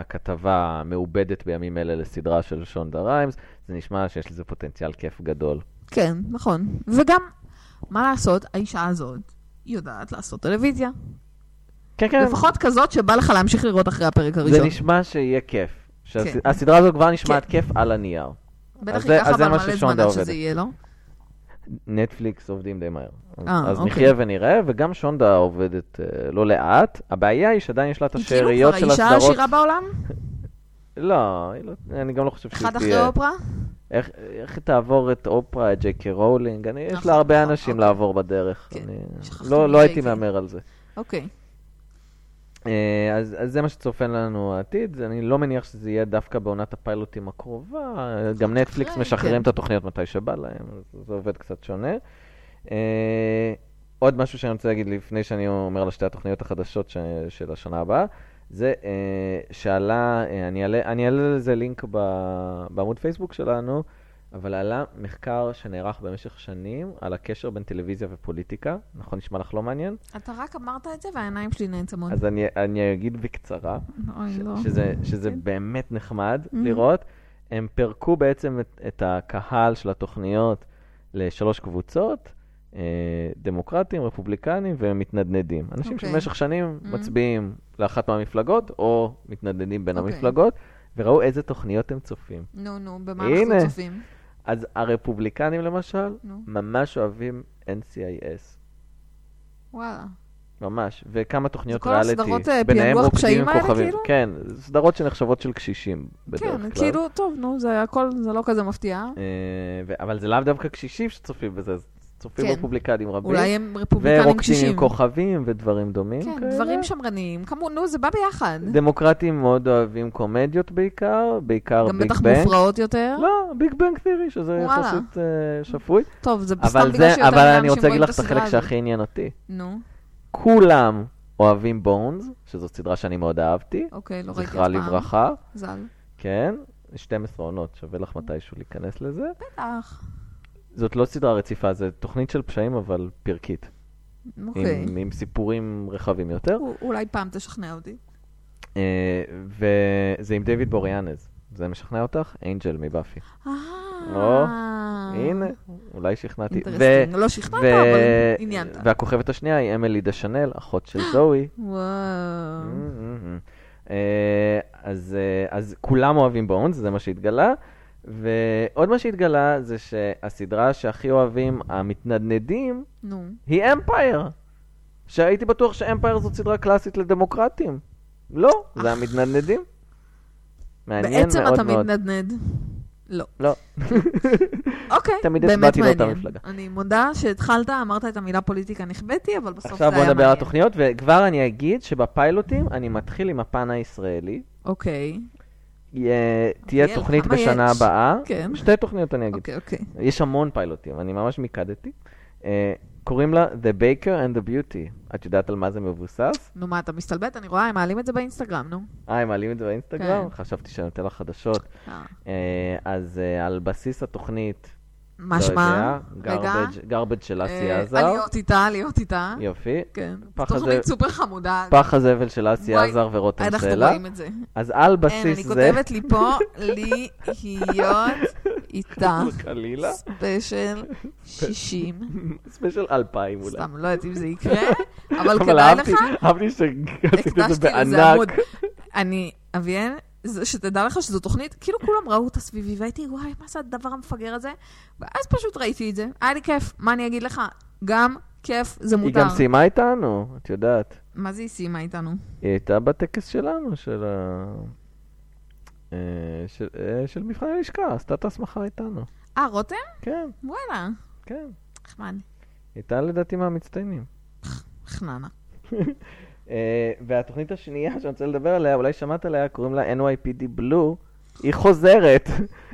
S1: הכתבה מעובדת בימים אלה לסדרה של שונדה ריימס, זה נשמע שיש לזה פוטנציאל כיף גדול.
S2: כן, נכון. וגם, מה לעשות, האישה הזאת יודעת לעשות טלוויזיה.
S1: כן, כן.
S2: לפחות כזאת שבא לך להמשיך לראות אחרי הפרק הראשון.
S1: זה נשמע שיהיה כיף.
S2: כן.
S1: שהסדרה הזו כבר נשמעת כיף על הנייר. אז
S2: בטח
S1: זה-
S2: ייקח
S1: אז זה
S2: אבל
S1: מה
S2: מלא זמן
S1: ששונדה
S2: עד שזה
S1: עובדת.
S2: יהיה, לא?
S1: נטפליקס עובדים די מהר.
S2: אה,
S1: אז
S2: אוקיי.
S1: נחיה ונראה, וגם שונדה עובדת אה, לא לאט. הבעיה היא שעדיין יש לה את
S2: היא כאילו
S1: השאריות
S2: כבר
S1: של
S2: האישה
S1: הסדרות.
S2: העשירה בעולם?
S1: לא, היא לא- אני גם לא חושב שהיא
S2: אחד
S1: תהיה.
S2: אחרי אופרה?
S1: איך איך היא תעבור את אופרה, את ג'קי רולינג? אני- יש
S2: נכון,
S1: לה הרבה
S2: נכון,
S1: אנשים
S2: אוקיי.
S1: לעבור בדרך.
S2: כן,
S1: אני-
S2: שכחתי
S1: לא- לא
S2: מג'יי
S1: הייתי
S2: קי.
S1: מהמר על זה.
S2: אוקיי.
S1: אה, אז, אז זה מה שצופן לנו העתיד, אני לא מניח שזה יהיה דווקא בעונת הפיילוטים הקרובה, אה, גם נטפליקס
S2: אחרי,
S1: משחררים
S2: כן.
S1: את התוכניות מתי שבא להם, אז זה עובד קצת שונה. אה, עוד משהו שאני רוצה להגיד לפני שאני אומר על שתי התוכניות החדשות ש, של השנה הבאה, זה אה, שעלה, אה, אני אעלה- אני אעלה לזה לינק ב, בעמוד פייסבוק שלנו, אבל עלה מחקר שנערך במשך שנים על הקשר בין טלוויזיה ופוליטיקה, נכון נשמע לך לא מעניין?
S2: אתה רק אמרת את זה והעיניים שלי נעצמות.
S1: אז אני, אני אגיד בקצרה.
S2: אוי, לא.
S1: ש- שזה, שזה
S2: כן.
S1: באמת נחמד
S2: Mhm.
S1: לראות. הם פירקו בעצם את, את הקהל של התוכניות לשלוש קבוצות, אה, דמוקרטים, רפובליקנים ומתנדנדים. אנשים
S2: אוקיי.
S1: שבמשך שנים
S2: Mhm.
S1: מצביעים לאחת מהמפלגות, או מתנדנדים בין
S2: אוקיי.
S1: המפלגות, וראו איזה תוכניות הם צופים.
S2: נו, נו, במה אנחנו
S1: הנה.
S2: צופים?
S1: אז הרפובליקנים למשל,
S2: נו,
S1: ממש אוהבים NCIS.
S2: וואלה.
S1: ממש, וכמה תוכניות
S2: כל
S1: ריאליטי.
S2: הסדרות, אה,
S1: ביניהם
S2: פענוח
S1: רוקדים
S2: פשעים
S1: עם
S2: האלה,
S1: כוכבים.
S2: כאילו?
S1: כן, סדרות שנחשבות של קשישים בדרך כלל.
S2: כן, כאילו, טוב, נו, זה הכל, זה לא כזה מפתיע.
S1: אה, ו- אבל זה לאו דווקא קשישים שצופים בזה, אז צופים
S2: כן.
S1: רפובליקנים רבים.
S2: אולי הם רפובליקנים
S1: ורוקדים
S2: קשישים.
S1: עם כוכבים ודברים דומים.
S2: כן,
S1: כאלה.
S2: דברים שמרניים. כמו, נו, זה בא ביחד.
S1: דמוקרטים מאוד אוהבים קומדיות בעיקר, בעיקר
S2: גם
S1: ביג
S2: בטח
S1: בנג.
S2: מופרעות יותר.
S1: לא, ביג בנג תיאורי, שזה
S2: וואלה.
S1: יחסית אה, שפוי.
S2: טוב, זה סתם
S1: אבל
S2: בגלל
S1: זה,
S2: שיותר
S1: אבל אני
S2: אנשים
S1: רוצה להגיד
S2: רואים את
S1: לך את החלק
S2: הסדרה הזאת.
S1: שהכי עניין אותי.
S2: נו,
S1: כולם אוהבים בונז, שזו סדרה שאני מאוד אהבתי,
S2: אוקיי, לא ראיתי אף
S1: זכרה
S2: פעם.
S1: לברכה,
S2: ז"ל.
S1: כן. 12 עונות, שווה לך מתישהו להיכנס לזה.
S2: כן. בטח.
S1: זאת לא סדרה רציפה, זו תוכנית של פשעים, אבל פרקית.
S2: אוקיי.
S1: עם, עם סיפורים רחבים יותר.
S2: א- אולי פעם תשכנע אותי.
S1: אה, וזה עם דיוויד בוריאנז. זה משכנע אותך? אינג'ל מבאפי.
S2: אה.
S1: או, הנה, אולי שכנעתי.
S2: אינטרסטינג. לא
S1: ו-
S2: שכנעת, אבל
S1: ו-
S2: עניינת. אה.
S1: והכוכבת השנייה היא אמילי דה שאנל, אחות של זוהי.
S2: וואו.
S1: אה, אז אה, אז כולם אוהבים בונס, זה מה שהתגלה. ועוד מה שהתגלה זה שהסדרה שהכי אוהבים המתנדנדים
S2: נו.
S1: היא אמפייר. שהייתי בטוח שאמפייר זאת סדרה קלאסית לדמוקרטים. לא, זה
S2: אך.
S1: המתנדנדים. מעניין
S2: בעצם
S1: מאוד
S2: אתה
S1: מאוד.
S2: מתנדנד. לא.
S1: לא.
S2: אוקיי,
S1: תמיד
S2: באמת
S1: הצבעתי לאותה
S2: מעניין.
S1: מפלגה.
S2: אני מודה שהתחלת, אמרת את המילה פוליטיקה נכבדתי, אבל בסוף זה היה
S1: עכשיו
S2: מעניין.
S1: בוא נדבר על התוכניות, וכבר אני אגיד שבפיילוטים אני מתחיל עם הפן הישראלי,
S2: אוקיי.
S1: יהיה- תהיה
S2: אריאל,
S1: תוכנית
S2: כמה
S1: בשנה
S2: אוקיי, יש?
S1: הבאה.
S2: כן.
S1: שתי תוכניות אני אגיד.
S2: אוקיי, אוקיי.
S1: יש המון פיילוטים, אני ממש מיקדתי. אה, קוראים לה The Baker and the Beauty. את יודעת על מה זה מבוסס?
S2: נו, מה, אתה מסתלבט? אני רואה, הם מעלים את זה באינסטגרם, נו.
S1: אה, הם מעלים את זה באינסטגרם?
S2: כן.
S1: חשבתי שאני נותן לך חדשות.
S2: אה,
S1: אה, אז אה, על בסיס התוכנית, לא
S2: מה שמה? רגע.
S1: גרבג' של אסי
S2: אה,
S1: עזר.
S2: להיות איתה, להיות איתה.
S1: יופי.
S2: כן.
S1: פח
S2: תוכנית
S1: הזה-
S2: סופר חמודה.
S1: פח הזבל של אסי
S2: וואי,
S1: עזר ורותם
S2: אנחנו
S1: סלע.
S2: רואים את זה.
S1: אז על
S2: אין, אני
S1: בסיס זה...
S2: כותבת לי פה להיות איתה.
S1: חלילה?
S2: ספיישל 60.
S1: ספיישל 2000 אולי.
S2: סתם, לא יודעת אם זה יקרה, אבל כדאי לך.
S1: אהבתי- אהבתי שעשית את זה
S2: הקדשתי לזה
S1: בענק.
S2: עמוד. אני, אביאן, זה- שתדע לך שזו תוכנית, כאילו כולם ראו אותה סביבי, והייתי, וואי, מה זה הדבר המפגר הזה? ואז פשוט ראיתי את זה. היה לי כיף, מה אני אגיד לך? גם כיף, זה
S1: היא
S2: מותר.
S1: גם סיימה איתנו, את יודעת.
S2: מה זה היא סיימה איתנו?
S1: היא הייתה בטקס שלנו, של ה... אה, של- אה, של מבחן הלשכה, עשתה את ההסמכה איתנו.
S2: אה, רותם?
S1: כן,
S2: וואלה,
S1: כן.
S2: נחמד.
S1: הייתה לדעתי מהמצטיינים.
S2: חננה.
S1: אה, והתוכנית השנייה שאני רוצה לדבר עליה, אולי שמעת עליה, קוראים לה NYPD Blue. היא חוזרת,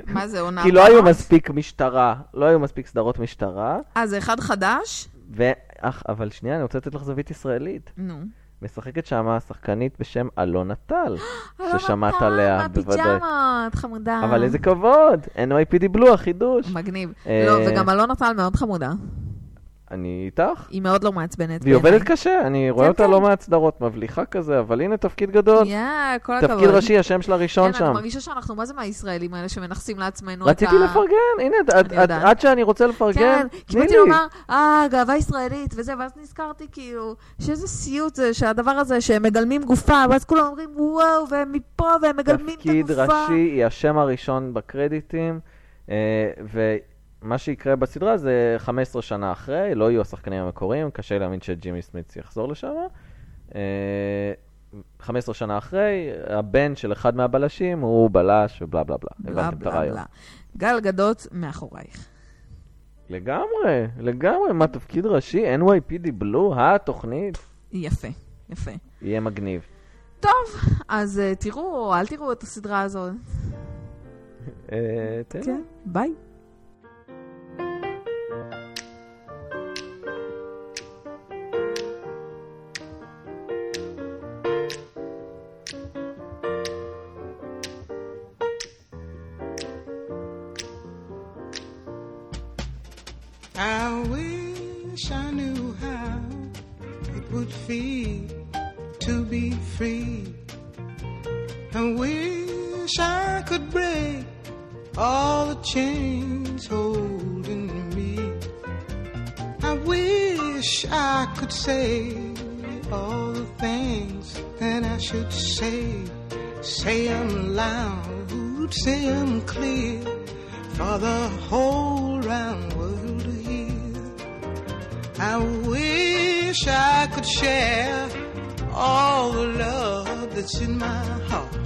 S2: מה זה עונה?
S1: כי לא היו
S2: הבאה?
S1: מספיק משטרה, לא היו מספיק סדרות משטרה,
S2: אה, זה אחד חדש?
S1: ו- אך, אבל שנייה, אני רוצה לתת לך זווית ישראלית.
S2: נו.
S1: משחקת שמה שחקנית בשם אלונה טל,
S2: אה,
S1: ששמעת
S2: לא,
S1: עליה,
S2: מה,
S1: בוודאי.
S2: פיג'מות, חמודה.
S1: אבל איזה כבוד, NYPD Blue, החידוש.
S2: מגניב.
S1: אה,
S2: לא, וגם אלונה טל מאוד חמודה.
S1: אני איתך.
S2: היא מאוד לא מעצבנת.
S1: והיא
S2: בעיניי.
S1: עובדת קשה, אני רואה
S2: כן,
S1: אותה
S2: כן.
S1: לא מעט סדרות, מבליחה כזה, אבל הנה תפקיד גדול.
S2: יא, כל הכבוד.
S1: תפקיד ראשי, השם שלה ראשון
S2: כן,
S1: שם.
S2: אני מרגישה שאנחנו, מה זה מהישראלים האלה שמנכסים לעצמנו את ה...
S1: רציתי לפרגן, הנה, את- את-
S2: יודעת.
S1: עד שאני רוצה לפרגן,
S2: כן,
S1: תני
S2: קיבלתי
S1: לי.
S2: לומר, אה, גאווה ישראלית וזה, ואז נזכרתי כאילו, שאיזה סיוט זה, שהדבר הזה, שהם מגלמים גופה, ואז כולם אומרים, וואו, והם מפה, והם מגלמים את הגופה.
S1: תפקיד ראשי, היא השם הראשון בקרדיטים, אה, ומה שיקרה בסדרה זה 15 שנה אחרי, לא יהיו השחקנים המקוריים, קשה להאמין שג'ימי סמיץ יחזור לשם. אה, 15 שנה אחרי, הבן של אחד מהבלשים הוא בלש ובלה בלה בלה.
S2: בלה
S1: הבנתם את
S2: בלה
S1: הרעיון.
S2: בלה. גל גדות מאחורייך.
S1: לגמרי, לגמרי, מה תפקיד ראשי? NYPD בלו, התוכנית,
S2: יפה, יפה.
S1: יהיה מגניב.
S2: טוב, אז אה, תראו, אל תראו את הסדרה הזאת.
S1: אה, תן.
S2: כן, ביי.
S3: I wish I knew how it would feel to be free. I wish I could break all the chains holding me. I wish I could say all the things that I should say. Say 'em loud, say 'em clear, for the whole round world to hear. I wish I could share all the love that's in my heart.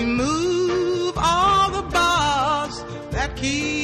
S3: Remove all the bars that keep